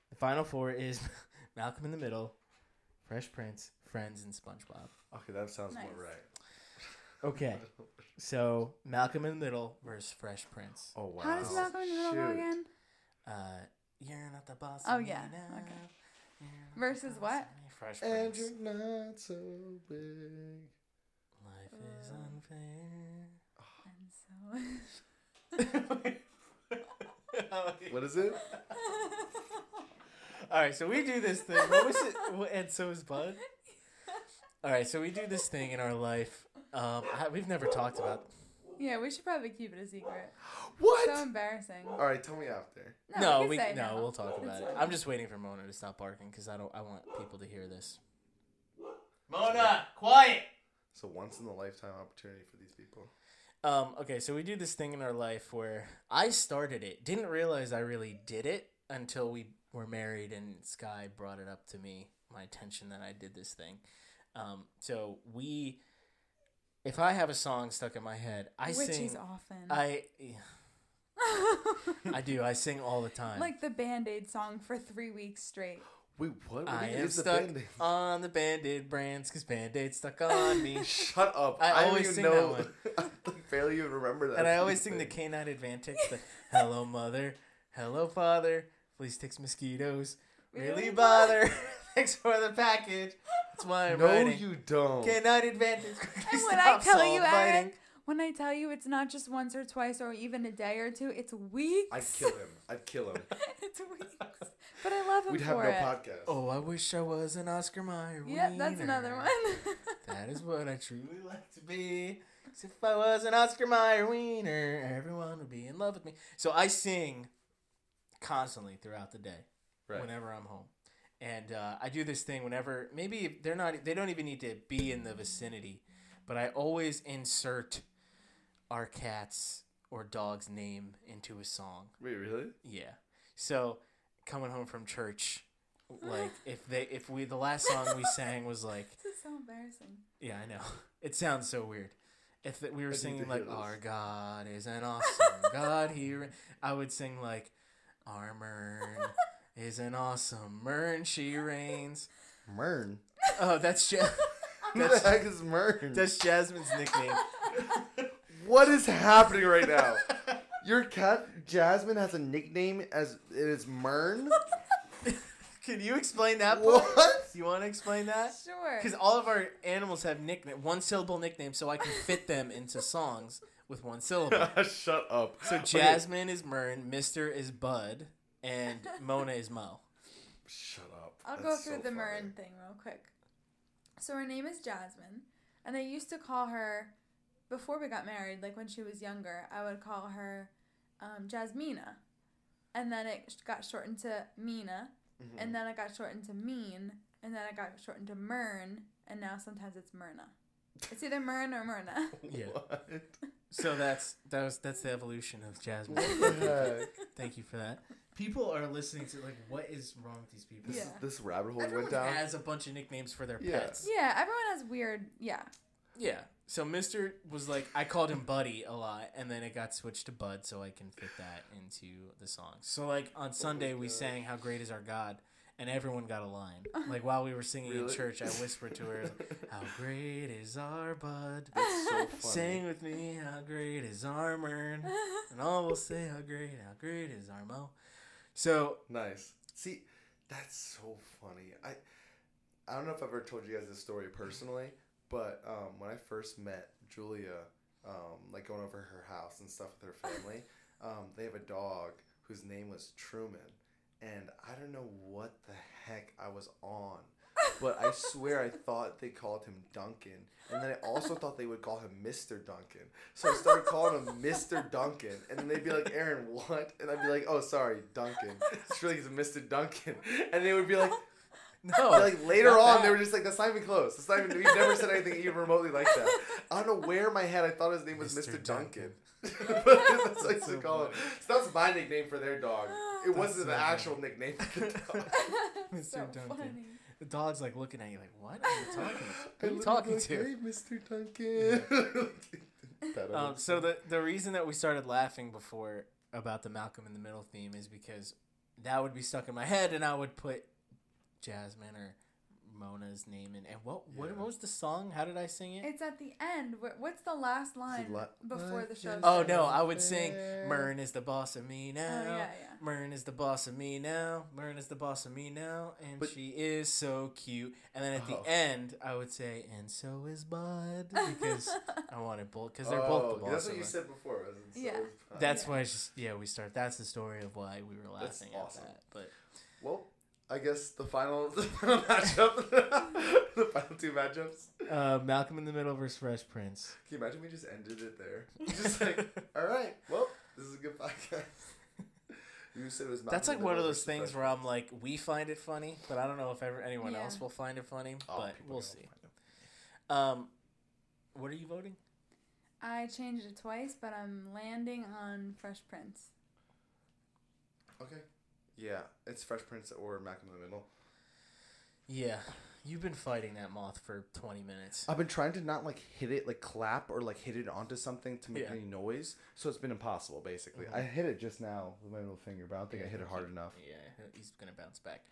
The final four is [LAUGHS] Malcolm in the Middle, Fresh Prince, Friends, and SpongeBob. Okay, that sounds Nice. more right. Okay. So Malcolm in the Middle versus Fresh Prince. [LAUGHS] Oh, wow. How does Malcolm in the Middle go Shoot. again? Uh, you're not the boss. Oh, of me yeah, now. okay. You're not the Versus boss what? of me. Fresh And Prince. you're not so big. Life is unfair. And Uh. What is [LAUGHS] it? so [LAUGHS] All right, so we do this thing. What was it? [LAUGHS] What- And so is Bud. All right, so we do this thing in our life. Um, I, we've never talked about. Yeah, we should probably keep it a secret. What? So embarrassing. All right, tell me after. No, can we, say no, we'll talk It's about it. fine. I'm just waiting for Mona to stop barking because I don't. I want people to hear this. Mona, quiet. It's a once in a lifetime opportunity for these people. Um, okay, so we do this thing in our life where I started it, didn't realize I really did it until we were married and Sky brought it up to me, my attention that I did this thing. Um, so we if I have a song stuck in my head, I which sing. is often. I [LAUGHS] I do. I sing all the time. like the Band Aid song for three [LAUGHS] weeks straight. Wait, what? What I is am the stuck Band-Aid? [LAUGHS] on the Band-Aid brands because Band-Aid's stuck on [LAUGHS] me. Shut up! I don't always even sing know. that [LAUGHS] I barely even remember that. and I fucking always sing the thing. canine advantage, the hello mother, hello father, please takes mosquitoes, really Really bother. [LAUGHS] Thanks for the package. That's why I'm No, writing. you don't. Canine advantage. [LAUGHS] And please when I stop tell soul you, biting. Aaron, when I tell you it's not just once or twice or even a day or two, it's weeks. I'd kill him. I'd [LAUGHS] kill him. [LAUGHS] it's weeks. But I love him We'd have for no it. podcast. Oh, I wish I was an Oscar Mayer. Yep, that's another wiener. one. [LAUGHS] That is what I truly like to be. 'Cause if I was an Oscar Mayer wiener, everyone would be in love with me. So I sing constantly throughout the day. right. whenever I'm home. And uh, I do this thing whenever maybe if they're not they don't even need to be in the vicinity, but I always insert our cat's or dog's name into a song. Wait, really? Yeah. So coming home from church, like if they if we the last song we sang was like this is so [LAUGHS] embarrassing. yeah I know [LAUGHS] it sounds so weird. If that we were need singing to like hear this. our God is an [LAUGHS] awesome God here, I would sing like our Mern is an awesome Mern she reigns. Mern. Oh, that's [LAUGHS] ja- Who the heck is Mern? that's Jasmine's nickname. what is happening right now? [LAUGHS] Your cat Jasmine has a nickname as it is Mern. [LAUGHS] [LAUGHS] Can you explain that? Paul? what? You want to explain that? Sure. Because all of our animals have nickname, one syllable nicknames, so I can fit them into songs with one [LAUGHS] syllable. [LAUGHS] Shut up. So Jasmine is Mern, Mister is Bud, and Mona is Mo. Shut up. I'll That's go through so the funny. Marin thing real quick. So her name is Jasmine, and I used to call her before we got married, like when she was younger, I would call her um, Jasmina, and then it sh- got shortened to Mina, Mm-hmm. Mm. and then it got shortened to Mean, and then it got shortened to Mern, and now sometimes it's Myrna. It's either Myrn or Myrna. Yeah. What? So that's that was that's the evolution of Jasmine. [LAUGHS] What the heck? Thank you for that. People are listening to like, what is wrong with these people? This, Yeah. this rabbit hole Everyone went down. has a bunch of nicknames for their Yeah. pets. yeah, everyone has weird. Yeah, Yeah. So Mister was like, I called him Buddy a lot, and then it got switched to Bud, so I can fit that into the song. So like on Sunday we Oh gosh. sang "How Great Is Our God," and everyone got a line. Like while we were singing in Really? church, I whispered to [LAUGHS] her, "How great is our Bud? That's so funny. [LAUGHS] Sing with me, how great is our Mern, and all will say how great, how great is our Mo." [LAUGHS] So Nice. See, that's so funny. I I don't know if I've ever told you guys this story personally, but um, when I first met Julia, um, like going over to her house and stuff with her family, um, they have a dog whose name was Truman, and I don't know what the heck I was on. But I swear I thought they called him Duncan. And then I also thought they would call him Mr. Duncan. So I started calling him Mr. Duncan. And then they'd be like, Aaron, what? And I'd be like, oh, sorry, Duncan. It's really it's Mr. Duncan. And they would be like, no, but, like later Oh, not on, that. they were just like, "That's not even close. That's not even. We've never said anything even remotely like that." [LAUGHS] [LAUGHS] I don't know where in my head I thought his name was Mr. Mr. Duncan. Duncan. but [LAUGHS] that's like So to call it. So that's my nickname for their dog. It wasn't so the actual nickname for the dog. Mr. so Duncan. funny. the dog's like looking at you like, "What are you talking? [LAUGHS] about? Who I are you literally talking like, to?" Hey, Mr. Duncan. [LAUGHS] That Um, old- so the the reason that we started laughing before about the Malcolm in the Middle theme is because that would be stuck in my head, and I would put Jasmine or Mona's name in. And what what, Yeah. what was the song? How did I sing it? It's at the end. Wh- What's the last line la- before the Life show? is Oh starts? no, I would sing Unfair. Mern is the boss of me now. Oh, yeah, yeah. Mern is the boss of me now. Mern is the boss of me now, and But- she is so cute. And then at Oh. the end, I would say, "And so is Bud," [LAUGHS] [LAUGHS] because I wanted both because they're Oh, both the boss. That's of what you us. said before. wasn't it? So Yeah. it was fine. That's Yeah. why it's just yeah, we start that's the story of why we were That's laughing awesome. at that. But well. I guess the final, [LAUGHS] the final matchup, [LAUGHS] the final two matchups. uh, Malcolm in the Middle versus Fresh [LAUGHS] Prince. Can you imagine we just ended it there? [LAUGHS] [LAUGHS] Just like, all right, well, this is a good [LAUGHS] podcast. You said it was. That's Malcolm like in the one of Middle those versus things Fresh- where I'm like, we find it funny, but I don't know if ever anyone Yeah. else will find it funny. Oh, but people we'll don't see. find it. Um, what are you voting? I changed it twice, but I'm landing on Fresh Prince. Okay. Yeah, it's Fresh Prince or Mac in the Middle. Yeah, You've been fighting that moth for 20 minutes. I've been trying to not like hit it, like clap or like hit it onto something to make Yeah. any noise. So it's been impossible, basically. I hit it just now with my little finger, but I don't think I hit it hard enough. Yeah, he's gonna bounce back.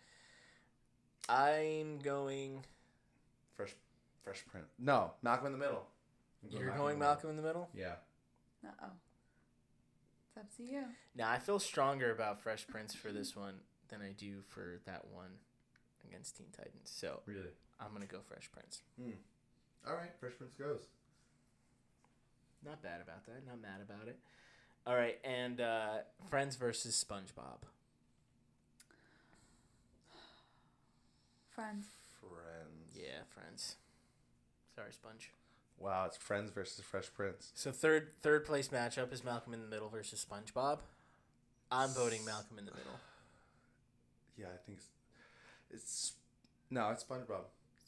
I'm going. Fresh, fresh print. No, knock him in the middle. Go You're knock going him in the middle. Malcolm in the middle. Yeah. Uh oh. It's up to you. Now I feel stronger about Fresh Prince for this one than I do for that one against Teen Titans. So Really. I'm gonna go Fresh Prince. All right, Fresh Prince goes. Not bad about that. Not mad about it. All right, and uh, Friends versus SpongeBob. Friends. Friends. Mm. Yeah, Friends. Sorry, Sponge. Wow, it's Friends versus Fresh Prince. So third third place matchup is Malcolm in the Middle versus SpongeBob. I'm voting Malcolm in the Middle. Yeah, I think it's, it's no, it's SpongeBob.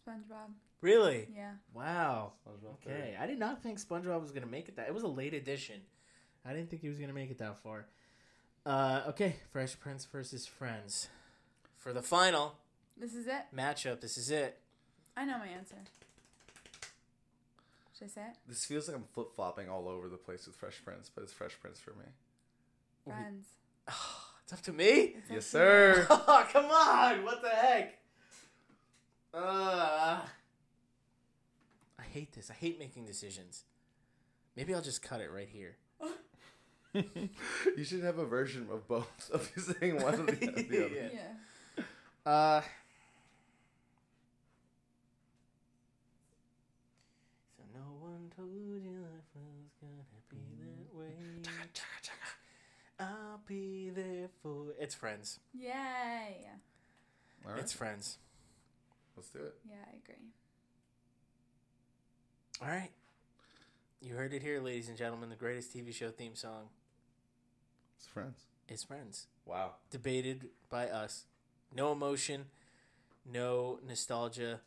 SpongeBob. Really? Yeah. Wow. SpongeBob Okay, I did not think SpongeBob was gonna make it that. It was a late edition. I didn't think he was gonna make it that far. Uh, okay, Fresh Prince versus Friends for the final This is it. matchup. This is it. I know my answer. Should I say it? This feels like I'm flip flopping all over the place with Fresh Prince, but it's Fresh Prince for me. We- Friends. It's up to me. It's Yes, up to you. sir. [LAUGHS] Oh, come on! What the heck? Uh, I hate this. I hate making decisions. Maybe I'll just cut it right here. you should have a version of both of you saying one of the, of the other. Yeah. Yeah. Uh. So no one told you life was gonna be that way. I'll be there for it's friends. Yay. All right, It's friends. let's do it. Yeah, I agree. All right. You heard it here, ladies and gentlemen. The greatest TV show theme song It's Friends. is Friends. Wow. Debated by us. No emotion, no nostalgia,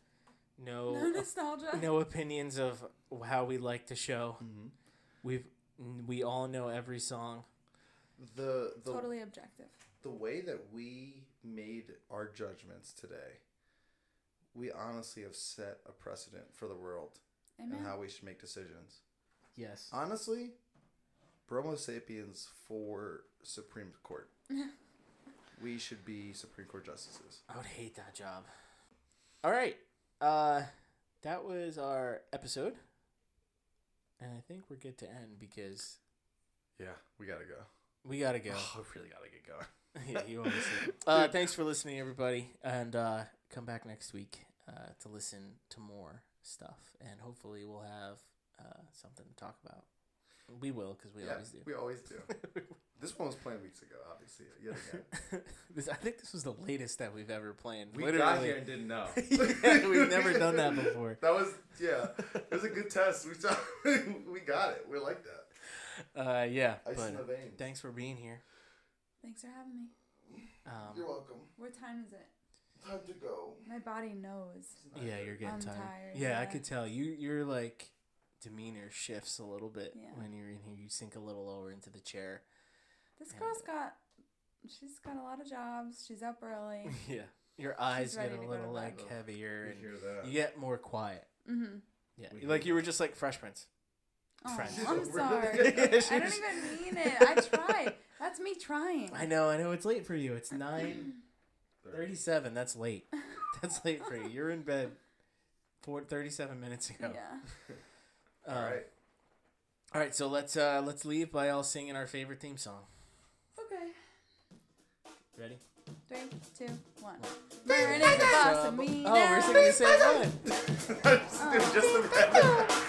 Oh, uh, No nostalgia. no opinions of how we like the show. Mm-hmm. We've we all know every song. The the Totally objective. the way that we made our judgments today, we honestly have set a precedent for the world Amen. and how we should make decisions. Yes. Honestly, Bromo Sapiens for Supreme Court. we should be Supreme Court justices. I would hate that job. All right. Uh that was our episode. And I think we're good to end because Yeah, we gotta go. we got to [SIGHS] go. [LAUGHS] I really gotta get going. yeah, you always do. [LAUGHS] Uh thanks for listening everybody and uh come back next week uh to listen to more stuff and hopefully we'll have uh something to talk about. We will cuz we yeah, always do. [LAUGHS] we always do. this one was planned weeks ago, obviously. Yet again. [LAUGHS] this, I think this was the latest that we've ever planned. We Literally. got here and didn't know. [LAUGHS] Yeah, we've never done that before. That was yeah. It was a good test. We saw, [LAUGHS] we got it. We're like that. Uh, yeah. Ice But in the veins. thanks for being here. Thanks for having me. Um, You're welcome. What time is it? Time to go. My body knows. yeah, you're getting I'm tired. tired, Yeah, I yeah. could tell you. Your like demeanor shifts a little bit Yeah. when you're in here. You sink a little lower into the [LAUGHS] chair. This Yeah. girl's got. She's got a lot of jobs. She's [LAUGHS] up early. yeah, your eyes get ready a to go little to like bed. heavier, and that. you get more quiet. Mm-hmm. Yeah, We like hear you were just like Fresh [LAUGHS] Prince. Oh, Friends. I'm She's [LAUGHS] sorry. really- Yeah, [LAUGHS] I don't she's- even [LAUGHS] mean it. I tried. That's me trying. I know, I know. It's late for you. [CLEARS THROAT] It's nine thirty-seven. That's [LAUGHS] late. That's late for you. You're in bed. Four, 37 minutes ago. Yeah. Um, All right. All right, so let's uh let's leave by all singing our favorite theme song. Okay. Ready? Three, two, one. Burning the boss of me. [LAUGHS] [LAUGHS] Oh, we're singing the same one. just the